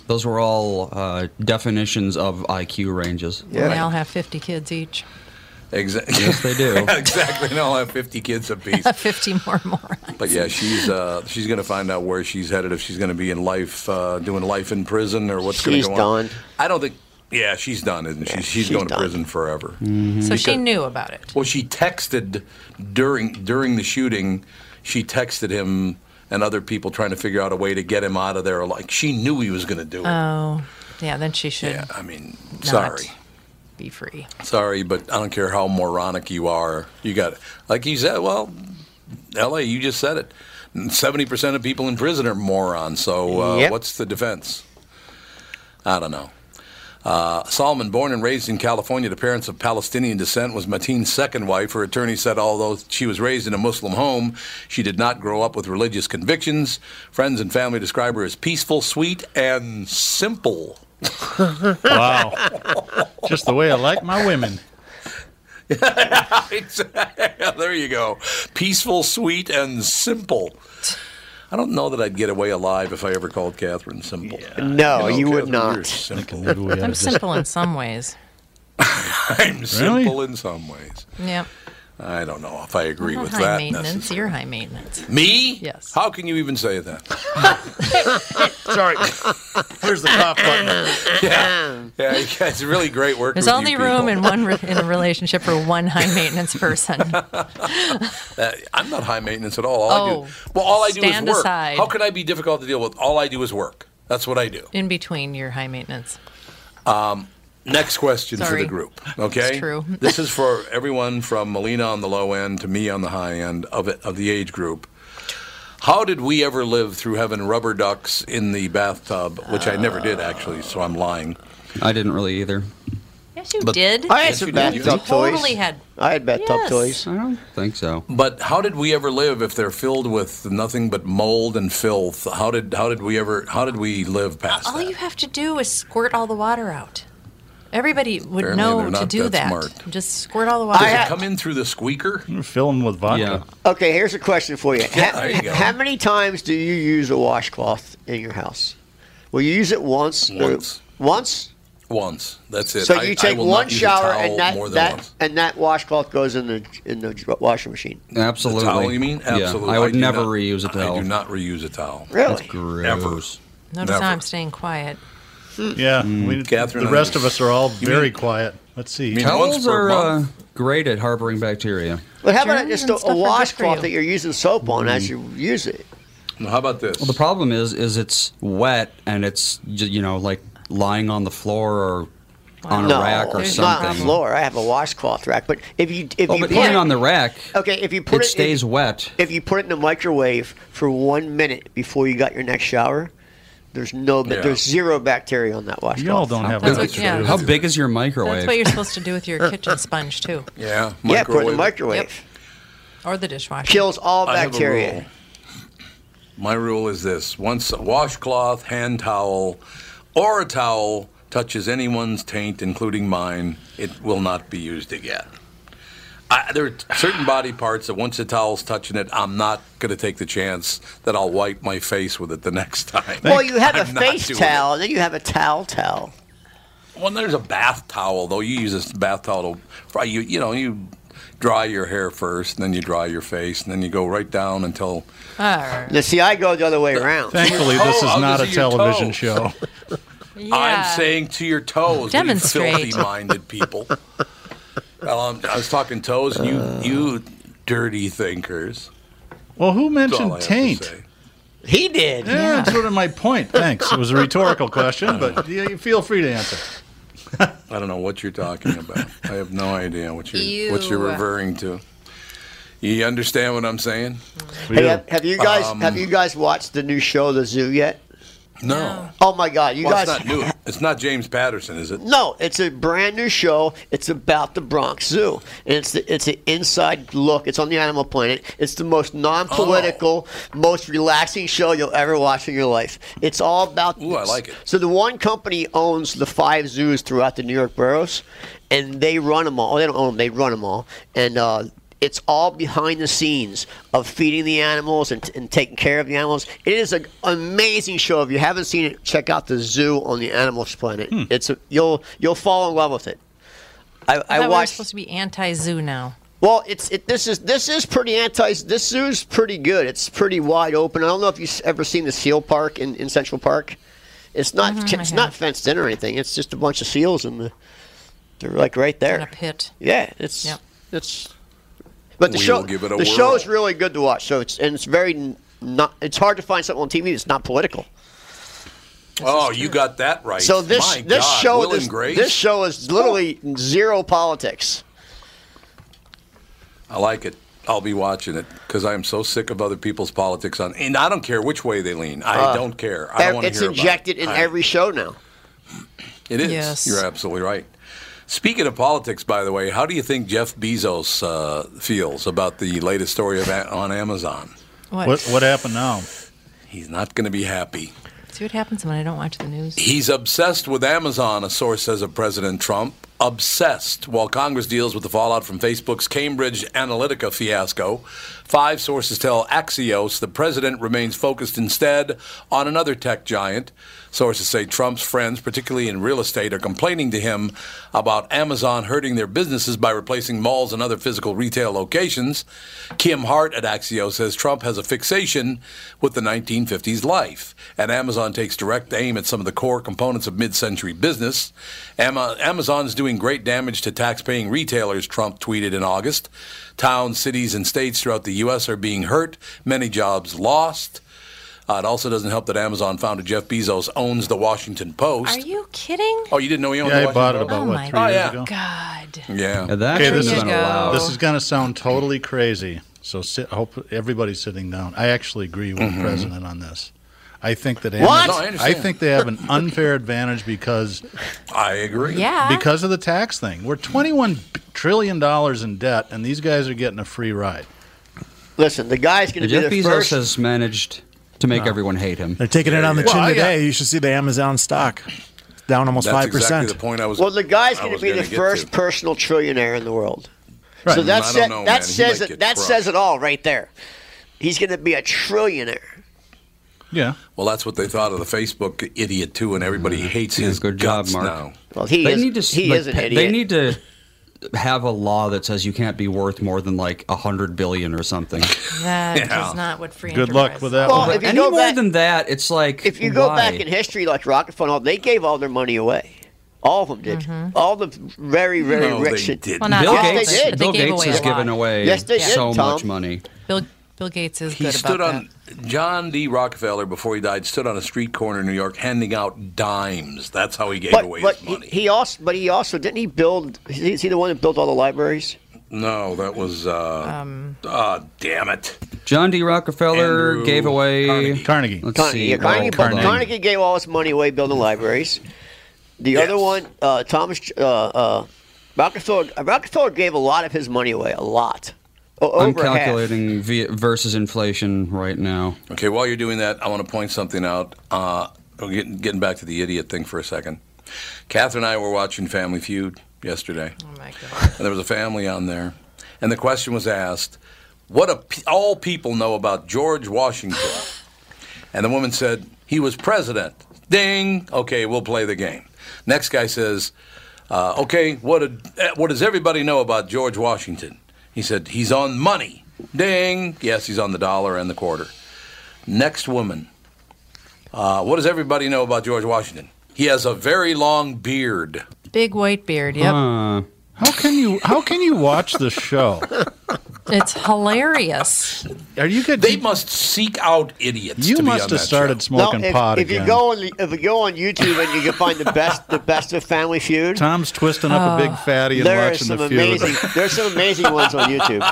Speaker 8: those were all uh, definitions of IQ ranges.
Speaker 2: And They all have 50 kids each. <laughs>
Speaker 1: Exactly.
Speaker 8: Yes, they
Speaker 1: <laughs>
Speaker 8: do.
Speaker 1: <laughs> exactly. And I'll have 50 kids
Speaker 2: <laughs>
Speaker 1: apiece.
Speaker 2: 50 more morons.
Speaker 1: But yeah, she's uh, she's going to find out where she's headed if she's going to be in life, uh, doing life in prison or what's going
Speaker 4: She's
Speaker 1: to go on.
Speaker 4: done.
Speaker 1: I don't think. Yeah, she's done, isn't she? She's, going to prison forever.
Speaker 2: So she
Speaker 1: Because-
Speaker 2: knew about it.
Speaker 1: Well, she texted during during the shooting. She texted him and other people trying to figure out a way to get him out of there. Like she knew he was going to do it.
Speaker 2: Oh, yeah. Then she should.
Speaker 1: I mean,
Speaker 2: not
Speaker 1: sorry.
Speaker 2: Be free.
Speaker 1: Sorry, but I don't care how moronic you are. You got like you said. Well, L.A. You just said it. Seventy percent of people in prison are morons. So uh,
Speaker 4: Yep.
Speaker 1: what's the defense? I don't know. Uh, Solomon, born and raised in California to parents of Palestinian descent, was Mateen's second wife. Her attorney said although she was raised in a Muslim home, she did not grow up with religious convictions. Friends and family describe her as peaceful, sweet, and simple.
Speaker 6: Wow.
Speaker 1: <laughs>
Speaker 6: Just the way I like my women.
Speaker 1: Yeah, there you go. Peaceful, sweet, and simple. I don't know that I'd get away alive if I ever called Catherine simple.
Speaker 4: No, you would
Speaker 1: Catherine,
Speaker 4: not.
Speaker 1: you're simple.
Speaker 2: I'm simple in some <laughs> ways.
Speaker 1: <laughs> I'm simple in some ways.
Speaker 2: Yeah.
Speaker 1: I don't know if I
Speaker 2: I'm
Speaker 1: agree
Speaker 2: not
Speaker 1: with
Speaker 2: high
Speaker 1: that.
Speaker 2: maintenance.
Speaker 1: necessarily.
Speaker 2: You're high maintenance.
Speaker 1: Me?
Speaker 2: Yes.
Speaker 1: How can you even say that?
Speaker 2: <laughs>
Speaker 3: Sorry. Where's the cough button?
Speaker 1: <laughs> Yeah, yeah, you guys are really great work.
Speaker 2: There's
Speaker 1: with you
Speaker 2: only room
Speaker 1: people.
Speaker 2: in one re- in a relationship for
Speaker 1: <laughs>
Speaker 2: one high maintenance person.
Speaker 1: Uh, I'm not high maintenance at all. All I
Speaker 2: Oh,
Speaker 1: do, well, all I do is
Speaker 2: stand
Speaker 1: work.
Speaker 2: aside.
Speaker 1: How can I be difficult to deal with? All I do is work. That's what I do.
Speaker 2: In between your high maintenance.
Speaker 1: Um, next question for
Speaker 2: Sorry.
Speaker 1: the group. Okay,
Speaker 2: It's true.
Speaker 1: <laughs> this is for everyone from Melina on the low end to me on the high end of it, of the age group. How did we ever live through having rubber ducks in the bathtub? Which I never did actually, so I'm lying.
Speaker 8: I didn't really either.
Speaker 2: Yes, you
Speaker 1: But-
Speaker 2: did.
Speaker 1: I had Yes, some you did. bathtub
Speaker 2: You Totally
Speaker 1: toys.
Speaker 2: had.
Speaker 4: I had bathtub
Speaker 2: Yes.
Speaker 4: toys.
Speaker 8: I don't think so.
Speaker 1: But how did we ever live if they're filled with nothing but mold and filth? How did how did we ever how did we live past?
Speaker 2: All you have to do is squirt all the water out. Everybody would
Speaker 1: Apparently
Speaker 2: know
Speaker 1: they're
Speaker 2: to
Speaker 1: not
Speaker 2: do
Speaker 1: that
Speaker 2: that.
Speaker 1: smart.
Speaker 2: Just squirt all the
Speaker 1: Does
Speaker 2: water
Speaker 1: it
Speaker 2: out.
Speaker 1: come in through the squeaker?
Speaker 6: Fill them with vodka.
Speaker 4: Okay, here's a question for you.
Speaker 1: Yeah,
Speaker 4: how,
Speaker 1: there you go.
Speaker 4: how many times do you use a washcloth in your house? Will you use it once? or-
Speaker 1: Once.
Speaker 4: Once.
Speaker 1: Once. That's it.
Speaker 4: So
Speaker 1: I- I
Speaker 4: you take
Speaker 1: will not
Speaker 4: one
Speaker 1: use a
Speaker 4: shower
Speaker 1: towel
Speaker 4: and that,
Speaker 1: more than
Speaker 4: that
Speaker 1: once.
Speaker 4: and that washcloth goes in the in the dr- washing machine.
Speaker 8: Absolutely.
Speaker 1: The towel, you mean?
Speaker 8: Yeah,
Speaker 1: Absolutely.
Speaker 8: I would
Speaker 1: do
Speaker 8: never
Speaker 1: not-
Speaker 8: reuse a towel.
Speaker 1: I do not reuse a towel.
Speaker 4: Really?
Speaker 8: That's gross.
Speaker 1: Ever.
Speaker 2: Notice
Speaker 1: Never.
Speaker 2: how I'm staying quiet.
Speaker 6: Yeah. we-
Speaker 1: Catherine,
Speaker 6: the rest
Speaker 1: I'm-
Speaker 6: of us are all
Speaker 1: You mean-
Speaker 6: very quiet. Let's see.
Speaker 8: Towels are uh, great at harboring bacteria.
Speaker 4: But how about
Speaker 2: Germs
Speaker 4: just
Speaker 2: and
Speaker 4: a,
Speaker 2: stuff are
Speaker 4: a
Speaker 2: good for
Speaker 4: washcloth
Speaker 2: you.
Speaker 4: that you're using soap on as you use it?
Speaker 1: Mm-hmm. How about this?
Speaker 8: Well, the problem is, is it's wet and it's j- you know like lying on the floor or on a
Speaker 4: no,
Speaker 8: rack or
Speaker 4: it's
Speaker 8: something.
Speaker 4: not on the floor. I have a washcloth rack. But if you if
Speaker 8: Well,
Speaker 4: you
Speaker 8: but
Speaker 4: put
Speaker 8: putting it on the rack,
Speaker 4: okay, if you
Speaker 8: it
Speaker 4: put it,
Speaker 8: stays
Speaker 4: if,
Speaker 8: wet.
Speaker 4: if you put it in the microwave for one minute before you got your next shower, there's no
Speaker 8: Yeah.
Speaker 4: there's zero bacteria on that washcloth.
Speaker 8: How
Speaker 2: what-
Speaker 8: big-
Speaker 2: yeah.
Speaker 8: How big is your microwave?
Speaker 2: That's what you're supposed to do with your kitchen sponge too,
Speaker 1: Yeah,
Speaker 4: yeah, put it in the microwave.
Speaker 2: or the dishwasher.
Speaker 4: Kills all
Speaker 1: I have a
Speaker 4: bacteria.
Speaker 1: rule. My rule is this once a washcloth, hand towel, or a towel touches anyone's taint, including mine, it will not be used again. I, there are certain body parts that once the towel's touching it, I'm not going to take the chance that I'll wipe my face with it the next time.
Speaker 4: Well, you have
Speaker 1: <laughs> I'm
Speaker 4: a
Speaker 1: not
Speaker 4: face
Speaker 1: doing
Speaker 4: towel, and then you have a towel towel.
Speaker 1: it. Well, there's a bath towel, though. You use this bath towel to, you, you know, you dry your hair first, and then you dry your face, and then you go right down until.
Speaker 4: Now, see, I go the other way around.
Speaker 6: Thankfully, this
Speaker 4: Oh,
Speaker 6: is not a television show.
Speaker 1: I'm saying to your toes,
Speaker 4: Demonstrate.
Speaker 1: you filthy-minded people. well, I'm, I was talking toes, and you, you dirty thinkers.
Speaker 6: Well, who
Speaker 1: That's all I
Speaker 6: mentioned
Speaker 1: have to
Speaker 6: taint?
Speaker 1: say.
Speaker 4: He did.
Speaker 6: Yeah, that's sort of my point. Thanks. It was a rhetorical question, <laughs> but you you feel free to answer.
Speaker 1: I don't know what you're talking about. I have no idea what you're what you're
Speaker 4: Ew.
Speaker 1: referring to. You understand what I'm saying? Um,
Speaker 4: Hey, have, have you guys
Speaker 8: Um,
Speaker 4: have you guys watched the new show The Zoo yet?
Speaker 1: No.
Speaker 4: Oh my God, you
Speaker 1: Well,
Speaker 4: guys.
Speaker 1: it's not new. It's not James Patterson, is it?
Speaker 4: No, it's a brand new show. It's about the Bronx Zoo, and it's the, it's an inside look. It's on the Animal Planet. It's the most non-political,
Speaker 1: Oh.
Speaker 4: most relaxing show you'll ever watch in your life. It's all about.
Speaker 1: Ooh, I like it.
Speaker 4: So the one company owns the five zoos throughout the New York boroughs, and they run them all. They don't own them; they run them all, and. Uh, it's all behind the scenes of feeding the animals and, and taking care of the animals. It is an amazing show. If you haven't seen it, check out the zoo on the Animals Planet. It's a, you'll you'll fall in love with it. I,
Speaker 2: I,
Speaker 4: I,
Speaker 2: thought we were
Speaker 4: watched.
Speaker 2: supposed to be anti-zoo now.
Speaker 4: Well, it's it, this is this is pretty anti. This zoo's pretty good. It's pretty wide open. I don't know if you've ever seen the seal park in, in Central Park. It's not
Speaker 2: Mhm, I
Speaker 4: it's
Speaker 2: have.
Speaker 4: not fenced in or anything. It's just a bunch of seals and the, they're like right there.
Speaker 2: In a pit.
Speaker 4: Yeah, it's
Speaker 2: Yep.
Speaker 4: it's. But the
Speaker 1: We'll
Speaker 4: show
Speaker 1: give it a
Speaker 4: the
Speaker 1: whirl.
Speaker 4: show's really good to watch. So it's and it's very n- not. It's hard to find something on TV that's not political.
Speaker 1: oh, you got that right.
Speaker 4: So this
Speaker 1: My
Speaker 4: this
Speaker 1: God,
Speaker 4: show
Speaker 1: Will
Speaker 4: is
Speaker 1: and Grace.
Speaker 4: this show is literally zero politics.
Speaker 1: I like it. I'll be watching it because I am so sick of other people's politics on, and I don't care which way they lean. I
Speaker 4: Uh,
Speaker 1: don't care. I don't want to
Speaker 4: it's
Speaker 1: hear about
Speaker 4: injected
Speaker 1: it.
Speaker 4: in
Speaker 1: I-
Speaker 4: every show now.
Speaker 1: It is.
Speaker 4: Yes.
Speaker 1: You're absolutely right. Speaking of politics, by the way, how do you think Jeff Bezos uh, feels about the latest story of a- on Amazon?
Speaker 2: What? What- what
Speaker 6: happened now?
Speaker 1: He's not going to be happy.
Speaker 2: See what happens when I don't watch the news.
Speaker 1: He's obsessed with Amazon, a source says of President Trump. Obsessed. While Congress deals with the fallout from Facebook's Cambridge Analytica fiasco, five sources tell Axios the president remains focused instead on another tech giant. Sources say Trump's friends, particularly in real estate, are complaining to him about Amazon hurting their businesses by replacing malls and other physical retail locations. Kim Hart at Axios says Trump has a fixation with the 1950s life, and Amazon takes direct aim at some of the core components of mid century business. Ama- Amazon's doing great damage to tax paying retailers, Trump tweeted in August. Towns, cities, and states throughout the U.S. are being hurt, many jobs lost. Uh, it also doesn't help that Amazon founder Jeff Bezos owns the Washington Post.
Speaker 2: Are you kidding?
Speaker 1: Oh, you didn't know he owned
Speaker 6: Yeah,
Speaker 1: the
Speaker 6: I bought
Speaker 1: Washington
Speaker 6: it about,
Speaker 1: Post?
Speaker 6: what,
Speaker 2: my
Speaker 1: Oh,
Speaker 6: three years
Speaker 1: yeah.
Speaker 6: ago?
Speaker 2: God.
Speaker 1: Yeah.
Speaker 8: that
Speaker 6: okay,
Speaker 8: shouldn't
Speaker 6: this
Speaker 8: have
Speaker 6: is,
Speaker 8: been allowed.
Speaker 6: this is going to sound totally crazy. So sit, hope everybody's sitting down. I actually agree with
Speaker 1: Mhm.
Speaker 6: the president on this. I think that
Speaker 1: What?
Speaker 6: Amazon-
Speaker 1: No, I understand.
Speaker 6: think they have an unfair advantage because
Speaker 1: I agree.
Speaker 6: because of the tax thing. We're 21 trillion dollars in debt and these guys are getting a free ride.
Speaker 4: Listen, the guy's
Speaker 6: going to
Speaker 8: Jeff Bezos has managed to make
Speaker 6: No.
Speaker 8: everyone hate him.
Speaker 12: They're taking it on the
Speaker 8: Well,
Speaker 12: chin
Speaker 8: I got-
Speaker 12: today. You should see the Amazon stock It's down almost five percent.
Speaker 4: well, the guy's going
Speaker 12: was
Speaker 4: to be the
Speaker 12: gonna get
Speaker 4: first personal trillionaire in the world.
Speaker 12: Right.
Speaker 4: So that
Speaker 12: I don't
Speaker 4: sa-
Speaker 12: know, man.
Speaker 4: that
Speaker 12: He
Speaker 4: says
Speaker 12: might
Speaker 4: it,
Speaker 12: get
Speaker 4: that
Speaker 12: crushed.
Speaker 4: says it all right there. He's going to be a trillionaire.
Speaker 6: Yeah.
Speaker 1: Well, that's what they thought of the Facebook idiot too, and everybody hates his good guts
Speaker 8: Mark.
Speaker 1: now.
Speaker 8: they need to, s- like, pa- They
Speaker 1: They
Speaker 8: need to have a law that says you can't be worth more than like a hundred billion or something.
Speaker 2: <laughs> That is
Speaker 8: Yeah.
Speaker 2: not what free enterprise
Speaker 4: Well, if you
Speaker 8: Any
Speaker 4: go
Speaker 8: more
Speaker 4: back-
Speaker 8: than that, it's like
Speaker 4: If you go
Speaker 8: why?
Speaker 4: back in history, like Rockefeller, they gave all their money away. All of them did. All the very, very
Speaker 8: No,
Speaker 4: rich.
Speaker 8: they
Speaker 4: and-
Speaker 8: didn't. Mm-hmm. Well, not
Speaker 4: yes,
Speaker 8: all of
Speaker 4: they
Speaker 8: them.
Speaker 4: did.
Speaker 8: Bill They gave Gates away has a lot. given away
Speaker 4: Yes, they did,
Speaker 8: so
Speaker 4: Tom.
Speaker 8: much money.
Speaker 2: Bill Bill Gates is
Speaker 1: He
Speaker 2: good
Speaker 1: stood
Speaker 2: about
Speaker 1: on John D. Rockefeller before he died. Stood on a street corner in New York, handing out dimes. That's how he gave
Speaker 4: But,
Speaker 1: away.
Speaker 4: but he, he also, but he also didn't he build? Is he the one that built all the libraries?
Speaker 1: No, that was. Uh, um, damn it!
Speaker 8: John D. Rockefeller
Speaker 1: Andrew
Speaker 8: gave away Carnegie.
Speaker 6: Carnegie.
Speaker 8: Let's
Speaker 4: Carnegie,
Speaker 8: see.
Speaker 4: yeah, Carnegie,
Speaker 8: Oh,
Speaker 4: but Carnegie gave all his money away building libraries. The other one, uh, Thomas uh, uh, Rockefeller, Rockefeller gave a lot of his money away, a lot, o-
Speaker 8: I'm
Speaker 4: over half.
Speaker 8: calculating v- versus inflation right now.
Speaker 1: Okay, while you're doing that, I want to point something out. Uh, we're getting, getting back to the idiot thing for a second. Catherine and I were watching Family Feud yesterday. Oh my god! And there was a family on there, and the question was asked, "What a, pe- all people know about George <laughs> Washington?" and the woman said, "He was president." Ding. Okay, we'll play the game. Next guy says, uh, "Okay, what did, eh, what does everybody know about George Washington?" He said, "He's on money." Ding. Yes, he's on the dollar and the quarter. Next woman. Uh, what does everybody know about George Washington? He has a very long beard.
Speaker 2: that. Big white beard. Yep.
Speaker 8: Uh-huh.
Speaker 6: Uh, How can you how can you watch the show?
Speaker 2: It's hilarious.
Speaker 6: Are you good?
Speaker 1: They must seek out idiots.
Speaker 6: You
Speaker 1: to
Speaker 6: must
Speaker 1: be on
Speaker 6: have
Speaker 1: that
Speaker 6: started
Speaker 1: show.
Speaker 6: smoking
Speaker 4: if,
Speaker 6: pot
Speaker 4: if
Speaker 6: again.
Speaker 4: you go on the, if you go on YouTube and you can find the best the best of Family Feud. Ah.
Speaker 6: Tom's twisting up a big fatty and
Speaker 4: there are
Speaker 6: watching
Speaker 4: some
Speaker 6: the feud.
Speaker 4: amazing there's some amazing ones
Speaker 6: <laughs>
Speaker 4: on YouTube.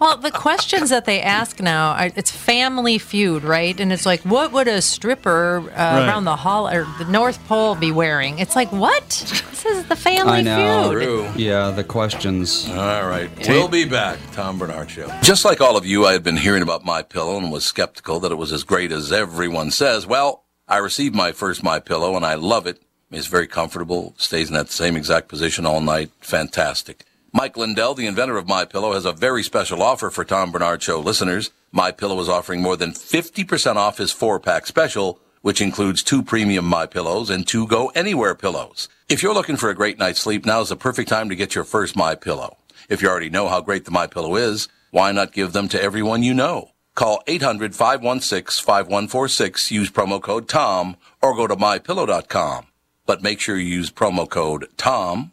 Speaker 2: Well, the questions that they ask now, I- it's Family Feud, right? And it's like, what would a stripper uh,
Speaker 8: Right.
Speaker 2: around the hall or the North Pole be wearing? It's like, what? This is the Family
Speaker 8: I know.
Speaker 2: Feud.
Speaker 8: Yeah, the questions.
Speaker 1: All right. We'll be back. Tom Bernard Show. Just like all of you, I had been hearing about My Pillow and was skeptical that it was as great as everyone says. Well, I received my first My Pillow and I love it. It's very comfortable, stays in that same exact position all night. Fantastic. Mike Lindell, the inventor of My Pillow, has a very special offer for Tom Bernard Show listeners. My Pillow is offering more than 50% off his four-pack special which includes two premium My Pillows and two Go Anywhere pillows. If you're looking for a great night's sleep, now's the perfect time to get your first My Pillow. If you already know how great the My Pillow is, why not give them to everyone you know? Call 800-516-5146, use promo code TOM, or go to mypillow.com. But make sure you use promo code TOM.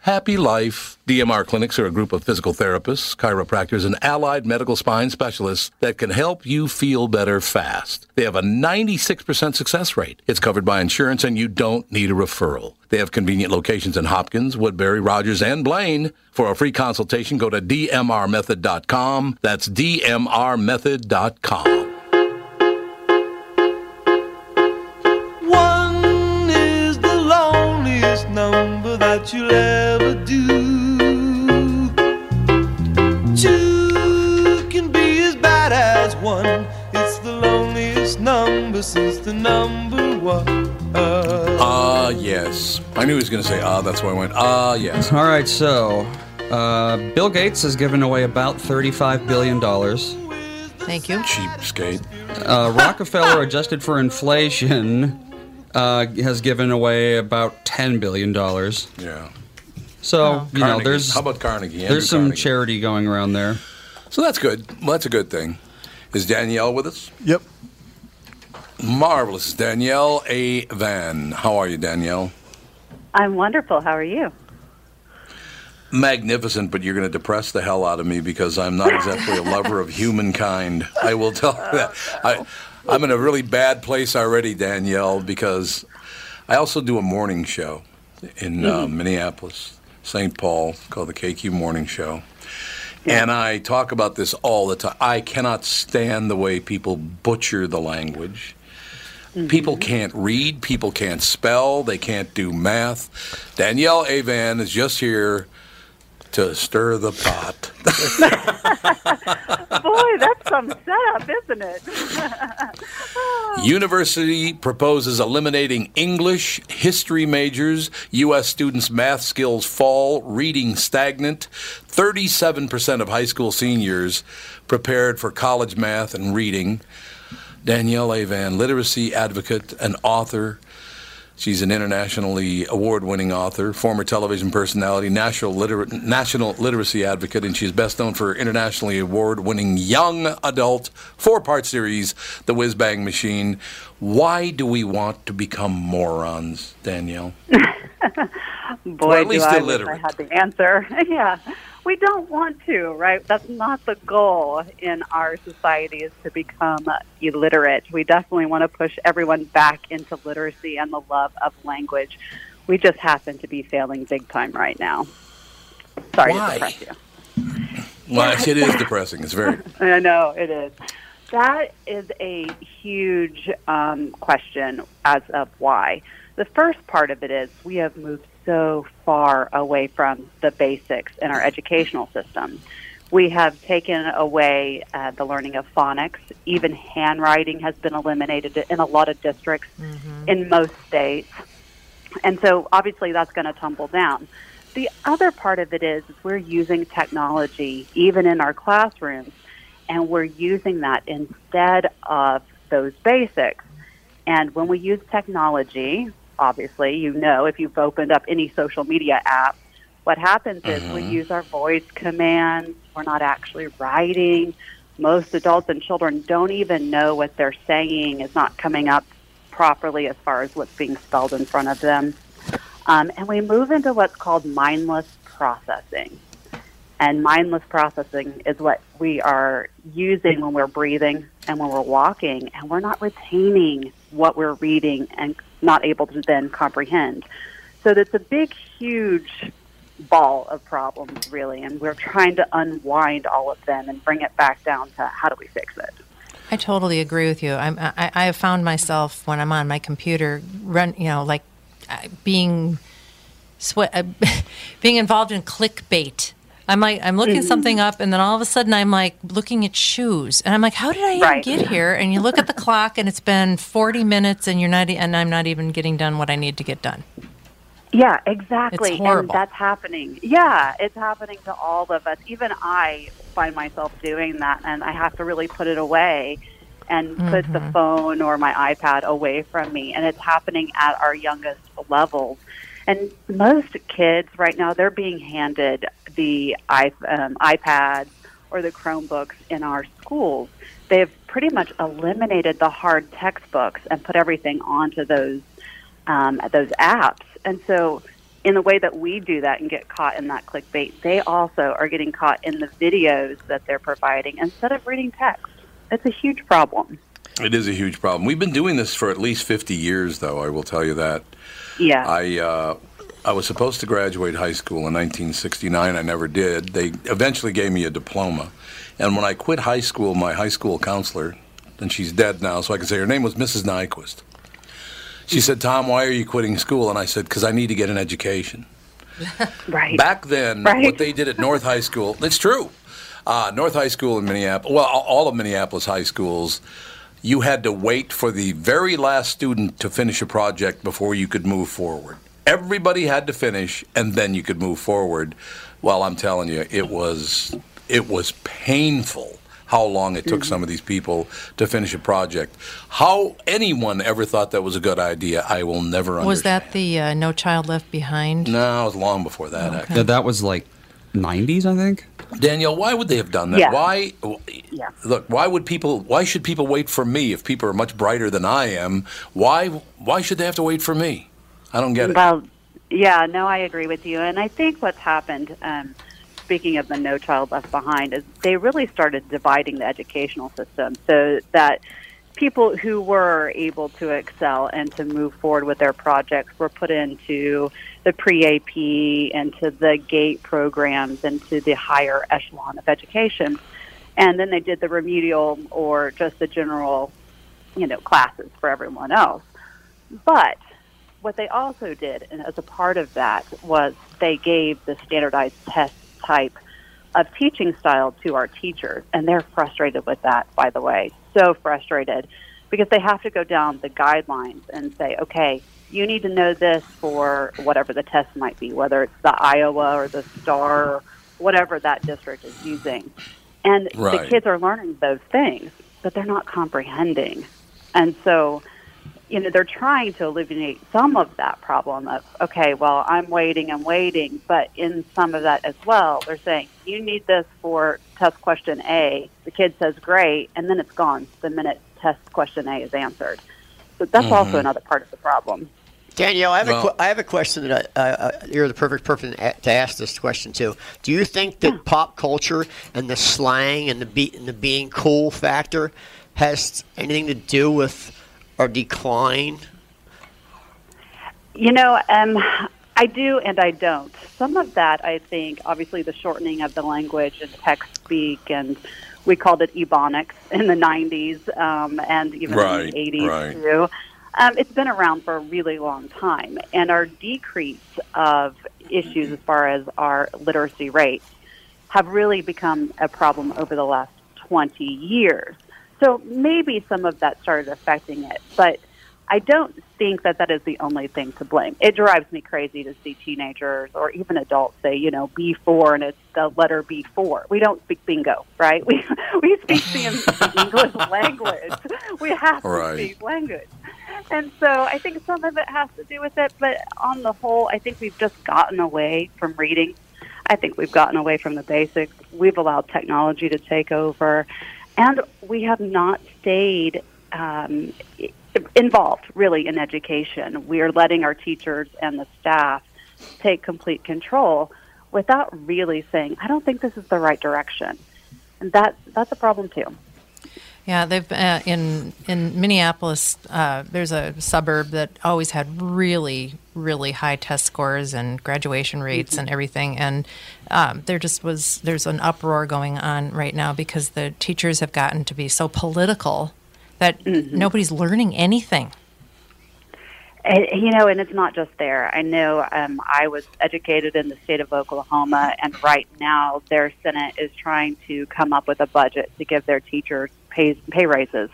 Speaker 1: happy life. DMR clinics are a group of physical therapists, chiropractors, and allied medical spine specialists that can help you feel better fast. They have a 96% success rate. It's covered by insurance and you don't need a referral. They have convenient locations in Hopkins, Woodbury, Rogers, and Blaine. For a free consultation, go to dmrmethod.com. That's dmrmethod.com.
Speaker 11: One is the loneliest number that you'll ever do. Two can be as bad as one. It's the loneliest number since the number one.
Speaker 1: Ah, yes. I knew he was going to say ah, that's why I went ah, yes.
Speaker 8: All right, so uh, Bill Gates has given away about $35 billion.
Speaker 2: Thank you.
Speaker 1: Cheapskate.
Speaker 8: Uh,
Speaker 1: <laughs>
Speaker 8: Rockefeller, adjusted for inflation, uh, has given away about $10 billion.
Speaker 1: Yeah.
Speaker 8: So, you know,
Speaker 1: Carnegie.
Speaker 8: there's.
Speaker 1: How about Carnegie? Andrew
Speaker 8: There's some
Speaker 1: Carnegie.
Speaker 8: charity going around there.
Speaker 1: So that's good. Well, that's a good thing. Is Danielle with us?
Speaker 3: Yep.
Speaker 1: Marvelous. Danielle A. Van. How are you, Danielle?
Speaker 13: I'm wonderful. How are you?
Speaker 1: Magnificent, but you're going to depress the hell out of me because I'm not exactly a lover of humankind. I will tell you that. I, I'm in a really bad place already, Danielle, because I also do a morning show in uh,
Speaker 9: Mhm.
Speaker 1: Minneapolis, St. Paul, called the KQ Morning Show. And I talk about this all the time. I cannot stand the way people butcher the language. People can't read, people can't spell, they can't do math. Danielle Avan is just here to stir the pot.
Speaker 13: Boy, that's some setup, isn't it? <laughs>
Speaker 1: University proposes eliminating English history majors. U.S. students' math skills fall, reading stagnant. 37% of high school seniors prepared for college math and reading. Danielle Avan, literacy advocate and author. She's an internationally award winning author, former television personality, national, liter- national literacy advocate, and she's best known for her internationally award winning young adult four part series, The Whiz Bang Machine. Why do we want to become morons, Danielle?
Speaker 13: Boy,
Speaker 1: Or at least
Speaker 13: do I, wish I
Speaker 1: illiterate.
Speaker 13: had the answer. <laughs> yeah, we don't want to, right? That's not the goal in our society is to become illiterate. We definitely want to push everyone back into literacy and the love of language. We just happen to be failing big time right now. Sorry
Speaker 1: Why?
Speaker 13: to depress you.
Speaker 1: Well, it is depressing. It's very.
Speaker 13: <laughs> I know it is. That is a huge um, question as of why. The first part of it is we have moved so far away from the basics in our educational system. We have taken away uh, the learning of phonics. Even handwriting has been eliminated in a lot of districts in most states. And so obviously that's going to tumble down. The other part of it is, is we're using technology even in our classrooms and we're using that instead of those basics. And when we use technology, obviously, you know, if you've opened up any social media app, what happens is we
Speaker 14: Mhm.
Speaker 13: use our voice commands. We're not actually writing. Most adults and children don't even know what they're saying is not coming up properly as far as what's being spelled in front of them. Um, and we move into what's called mindless processing. And mindless processing is what we are using when we're breathing and when we're walking, and we're not retaining what we're reading and not able to then comprehend. So that's a big, huge ball of problems, really. And we're trying to unwind all of them and bring it back down to how do we fix it?
Speaker 2: I totally agree with you. I'm, I, I have found myself when I'm on my computer, run, you know, like uh, being sweat, uh, <laughs> being involved in clickbait. I'm like, I'm looking
Speaker 14: Mhm.
Speaker 2: something up, and then all of a sudden, I'm like looking at shoes, and I'm like, how did I even
Speaker 14: Right.
Speaker 2: get here? And you look at the clock, and it's been 40 minutes, and you're not, e- and I'm not even getting done what I need to get done.
Speaker 13: Yeah, exactly. and
Speaker 2: horrible.
Speaker 13: that's happening. Yeah, it's happening to all of us. Even I find myself doing that, and I have to really put it away and put the phone or my iPad away from me. And it's happening at our youngest levels. And most kids right now, they're being handed the i- um, iPads or the Chromebooks in our schools. They've pretty much eliminated the hard textbooks and put everything onto those um, those apps. And so, in the way that we do that and get caught in that clickbait, they also are getting caught in the videos that they're providing instead of reading text. It's a huge problem.
Speaker 1: It is a huge problem. We've been doing this for at least 50 years, though, I will tell you that.
Speaker 13: Yeah.
Speaker 1: I uh, I was supposed to graduate high school in 1969. I never did. They eventually gave me a diploma, and when I quit high school, my high school counselor, and she's dead now, so I can say her name was Mrs. Nyquist. She said, "Tom, why are you quitting school?" And I said, "Because I need to get an education."
Speaker 13: right.
Speaker 1: Back then, what they did at North High School, it's true. Uh, North High School in Minneapolis, well, all- all of Minneapolis high schools, you had to wait for the very last student to finish a project before you could move forward. Everybody had to finish, and then you could move forward. Well, I'm telling you, it was it was painful how long it
Speaker 13: Mm-hmm.
Speaker 1: took
Speaker 8: Mhm.
Speaker 1: some of these people to finish a project. How anyone ever thought that was a good idea, I will never understand.
Speaker 2: Was that the uh, No Child Left Behind?
Speaker 1: No, it was long before that.
Speaker 2: Okay.
Speaker 1: Actually,
Speaker 2: Yeah,
Speaker 1: that was like '90s, I think. Danielle, why would they have done that?
Speaker 2: Yeah.
Speaker 1: Why? Look, why would people? Why should people wait for me if people are much brighter than I am? Why? Why should they have to wait for me? I don't get it.
Speaker 13: Well, yeah, no, I agree with you. And I think what's happened, um, speaking of the No Child Left Behind, is they really started dividing the educational system so that people who were able to excel and to move forward with their projects were put into the pre AP, into the GATE programs, into the higher echelon of education. And then they did the remedial or just the general, you know, classes for everyone else. But what they also did, and as a part of that, was they gave the standardized tests type of teaching style to our teachers. And they're frustrated with that, by the way, so frustrated because they have to go down the guidelines and say, okay, you need to know this for whatever the test might be, whether it's the Iowa or the STAR or whatever that district is using. And the
Speaker 8: Right.
Speaker 13: kids are learning those things, but they're not comprehending. And so, you know, they're trying to alleviate some of that problem of, okay, well, I'm waiting, I'm waiting. But in some of that as well, they're saying, you need this for test question A. The kid says, great, and then it's gone the minute test question A is answered. So that's also
Speaker 4: Mhm.
Speaker 13: another part of the problem.
Speaker 4: Danielle, I have,
Speaker 13: Well-
Speaker 4: a, que- I have a question that I, uh, you're the perfect person a- to ask this question to. Do you think that pop culture and the slang and the, be- and the being cool factor has anything to do with our decline?
Speaker 13: You know, um, I do and I don't. Some of that, I think, obviously the shortening of the language and text speak, and we called it ebonics in the 90s um, and even in
Speaker 8: Right,
Speaker 13: the 80s,
Speaker 8: right.
Speaker 13: too. Um, it's been around for a really long time, and our decrease of issues as far as our literacy rates have really become a problem over the last 20 years. So maybe some of that started affecting it, but I don't think that that is the only thing to blame. It drives me crazy to see teenagers or even adults say, you know, B4 and it's the letter B4. We don't speak bingo, right? <laughs> We we speak the en- English language. We have to
Speaker 8: Right.
Speaker 13: speak language. And so I think some of it has to do with it, but on the whole, I think we've just gotten away from reading. I think we've gotten away from the basics. We've allowed technology to take over, and we have not stayed um, i- involved really in education. We are letting our teachers and the staff take complete control without really saying, "I don't think this is the right direction," and that that's a problem too.
Speaker 2: Yeah, they've uh, in in Minneapolis. Uh, there's a suburb that always had really, really high test scores and graduation rates and everything. And um, there just was there's an uproar going on right now because the teachers have gotten to be so political that nobody's learning anything.
Speaker 13: And, you know, and it's not just there. I know um, I was educated in the state of Oklahoma, and right now their Senate is trying to come up with a budget to give their teachers pay, pay raises.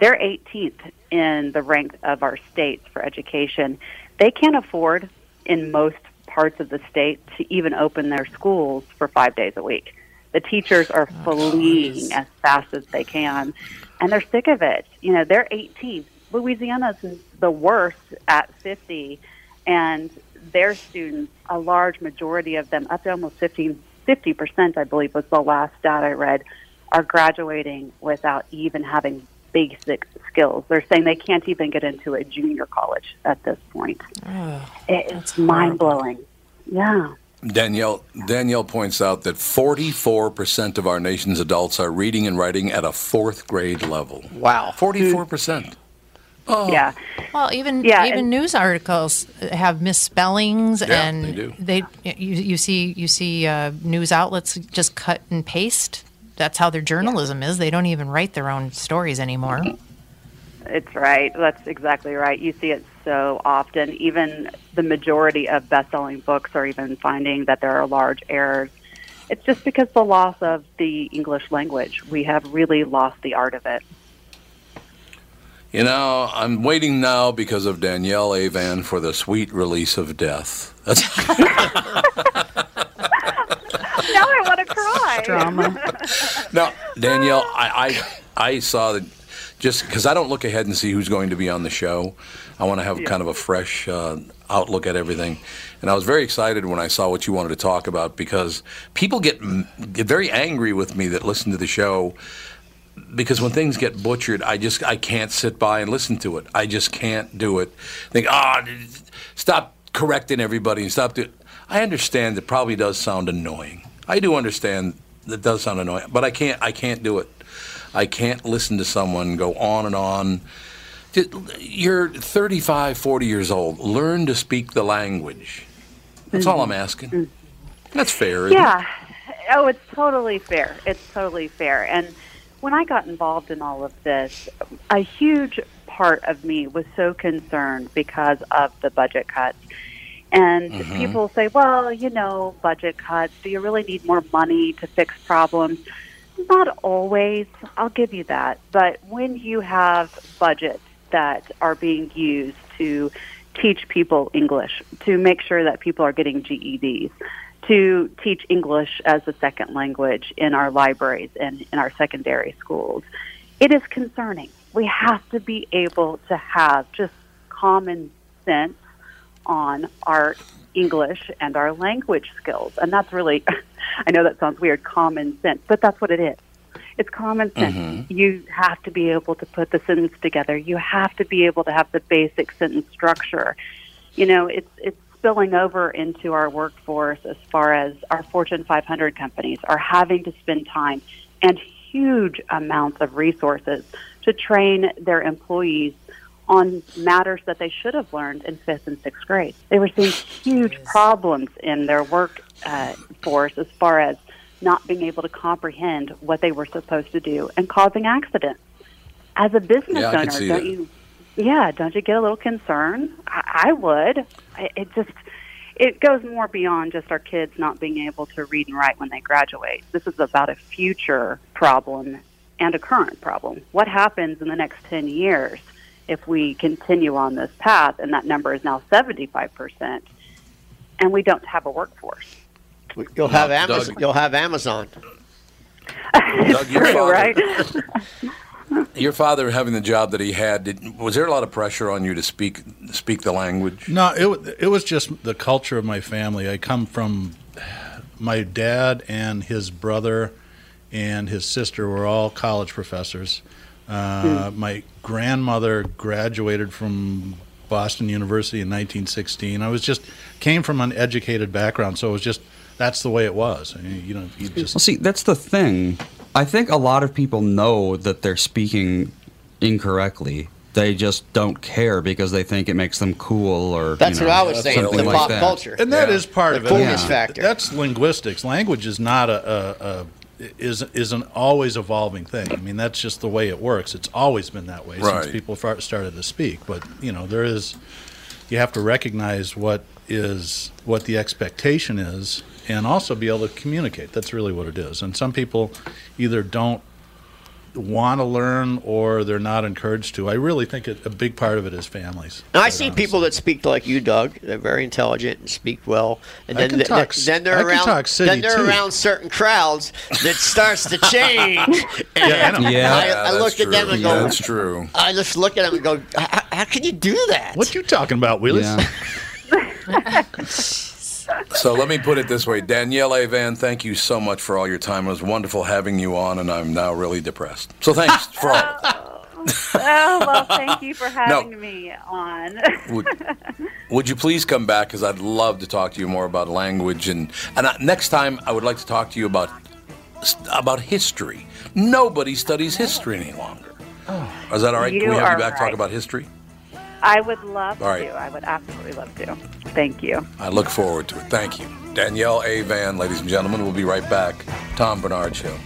Speaker 13: They're 18th in the rank of our states for education. They can't afford, in most parts of the state, to even open their schools for five days a week. The teachers are fleeing as fast as they can, and they're sick of it. You know, they're 18th. Louisiana's the worst at 50, and their students, a large majority of them, up to almost 15, 50%, I believe was the last stat I read, are graduating without even having basic skills. They're saying they can't even get into a junior college at this point. It is mind blowing. Yeah.
Speaker 1: Danielle Danielle points out that 44% of our nation's adults are reading and writing at a fourth grade level.
Speaker 4: Wow.
Speaker 1: 44%. Oh.
Speaker 13: Yeah.
Speaker 2: Well, even
Speaker 13: Yeah,
Speaker 2: even
Speaker 13: and-
Speaker 2: news articles have misspellings,
Speaker 1: Yeah,
Speaker 2: and
Speaker 1: they do.
Speaker 2: you, you see you see uh, news outlets just cut and paste. That's how their journalism is. They don't even write their own stories anymore.
Speaker 13: It's right. That's exactly right. You see it so often. Even the majority of best selling books are even finding that there are large errors. It's just because the loss of the English language. We have really lost the art of it.
Speaker 1: You know, I'm waiting now because of Danielle Avan for the sweet release of death. That's
Speaker 13: <laughs> now I want to cry.
Speaker 1: Now, Danielle, I, I, I saw that just because I don't look ahead and see who's going to be on the show. I want to have kind of a fresh uh, outlook at everything. And I was very excited when I saw what you wanted to talk about because people get, m- get very angry with me that listen to the show because when things get butchered, I just I can't sit by and listen to it. I just can't do it. Think, ah, d- d- stop correcting everybody and stop. Do-. I understand it probably does sound annoying. I do understand that does sound annoying, but I can't I can't do it. I can't listen to someone go on and on. Just- You're 35, 40 years old. Learn to speak the language. That's all I'm asking. That's fair. isn't it?
Speaker 13: Yeah. Oh, it's totally fair. It's totally fair. And when I got involved in all of this, a huge part of me was so concerned because of the budget cuts. And
Speaker 1: Mm-hmm.
Speaker 15: Mhm.
Speaker 13: people say, well, you know, budget cuts. Do you really need more money to fix problems? Not always. I'll give you that. But when you have budgets that are being used to teach people English, to make sure that people are getting E GEDs, to teach English as a second language in our libraries and in our secondary schools, it is concerning. We have to be able to have just common sense on our English and our language skills. And that's really, <laughs> I know that sounds weird, common sense, but that's what it is. It's common sense. You have to be able to put the sentence together. You have to be able to have the basic sentence structure. You know, it's it's spilling over into our workforce as far as our Fortune 500 companies are having to spend time and huge amounts of resources to train their employees on matters that they should have learned in fifth and sixth grade. They were seeing huge problems in their work uh, force as far as not being able to comprehend what they were supposed to do and causing accidents. As a business
Speaker 15: Yeah, I can
Speaker 13: owner,
Speaker 15: see
Speaker 13: don't
Speaker 15: that.
Speaker 13: you? Yeah, don't you get a little concerned? I, I would. I, it just it goes more beyond just our kids not being able to read and write when they graduate. This is about a future problem and a current problem. What happens in the next 10 years if we continue on this path and that number is now 75% and we don't have a workforce? <laughs>
Speaker 4: You'll have
Speaker 13: Doug-
Speaker 4: Amazon. You'll have Amazon.
Speaker 10: Doug, your father,
Speaker 13: right?
Speaker 10: your father having the job that he had, did, was there a lot of pressure on you to speak speak the language?
Speaker 6: No, it wa- it was just the culture of my family. I come from my dad and his brother and his sister were all college professors. Uh, My grandmother graduated from Boston University in 1916. I was just came from an educated background, so it was just that's the way it was. I mean, you know, you just
Speaker 8: Well, see, that's the thing. I think a lot of people know that they're speaking incorrectly. They just don't care because they think it makes them cool or
Speaker 4: That's
Speaker 8: you know,
Speaker 4: what I was saying,
Speaker 8: something
Speaker 4: the
Speaker 8: like
Speaker 4: pop
Speaker 8: that.
Speaker 4: culture.
Speaker 6: and that is part
Speaker 4: The
Speaker 6: of it.
Speaker 4: coolness factor.
Speaker 6: That's linguistics. Language is not a, a, a is is an always evolving thing. I mean, that's just the way it works. It's always been that way
Speaker 10: Right.
Speaker 6: since people far, started to speak. But you know, there is you have to recognize what is what the expectation is, and also be able to communicate. That's really what it is. And some people either don't want to learn or they're not encouraged to. I really think it, a big part of it is families.
Speaker 4: And I see people that speak like you, Doug. They're very intelligent and speak well. And
Speaker 6: I
Speaker 4: then,
Speaker 6: can
Speaker 4: th-
Speaker 6: talk-
Speaker 4: then they're
Speaker 6: I can
Speaker 4: around.
Speaker 6: talk city,
Speaker 4: then they're
Speaker 6: too.
Speaker 4: around certain crowds that starts
Speaker 6: <laughs>
Speaker 4: to change.
Speaker 6: Yeah, I know. Yeah,
Speaker 4: I, I
Speaker 6: that's
Speaker 4: looked at them
Speaker 6: true.
Speaker 4: and go,
Speaker 6: Yeah, that's true.
Speaker 4: I just look at them and go, how, how can you do that?
Speaker 6: What you talking about, Willis? <laughs>
Speaker 8: <laughs>
Speaker 10: So let me put it this way, Danielle Van, thank you so much for all your time. It was wonderful having you on, and I'm now really depressed. So thanks for
Speaker 13: <laughs>
Speaker 10: all.
Speaker 13: oh, well, thank you for
Speaker 10: No.
Speaker 13: having me on.
Speaker 10: Would, would you please come back? Because I'd love to talk to you more about language, and and I, next time I would like to talk to you about about history. Nobody studies history any longer. Is that all right? Can
Speaker 13: Oh. You
Speaker 10: we have
Speaker 13: are
Speaker 10: you back
Speaker 13: right.
Speaker 10: talk about history?
Speaker 13: <laughs> I would love
Speaker 10: All right.
Speaker 13: to. I would absolutely love to. Thank you.
Speaker 10: I look forward to it. Thank you, Danielle A. Van, ladies and gentlemen. We'll be right back. Tom Bernard Show.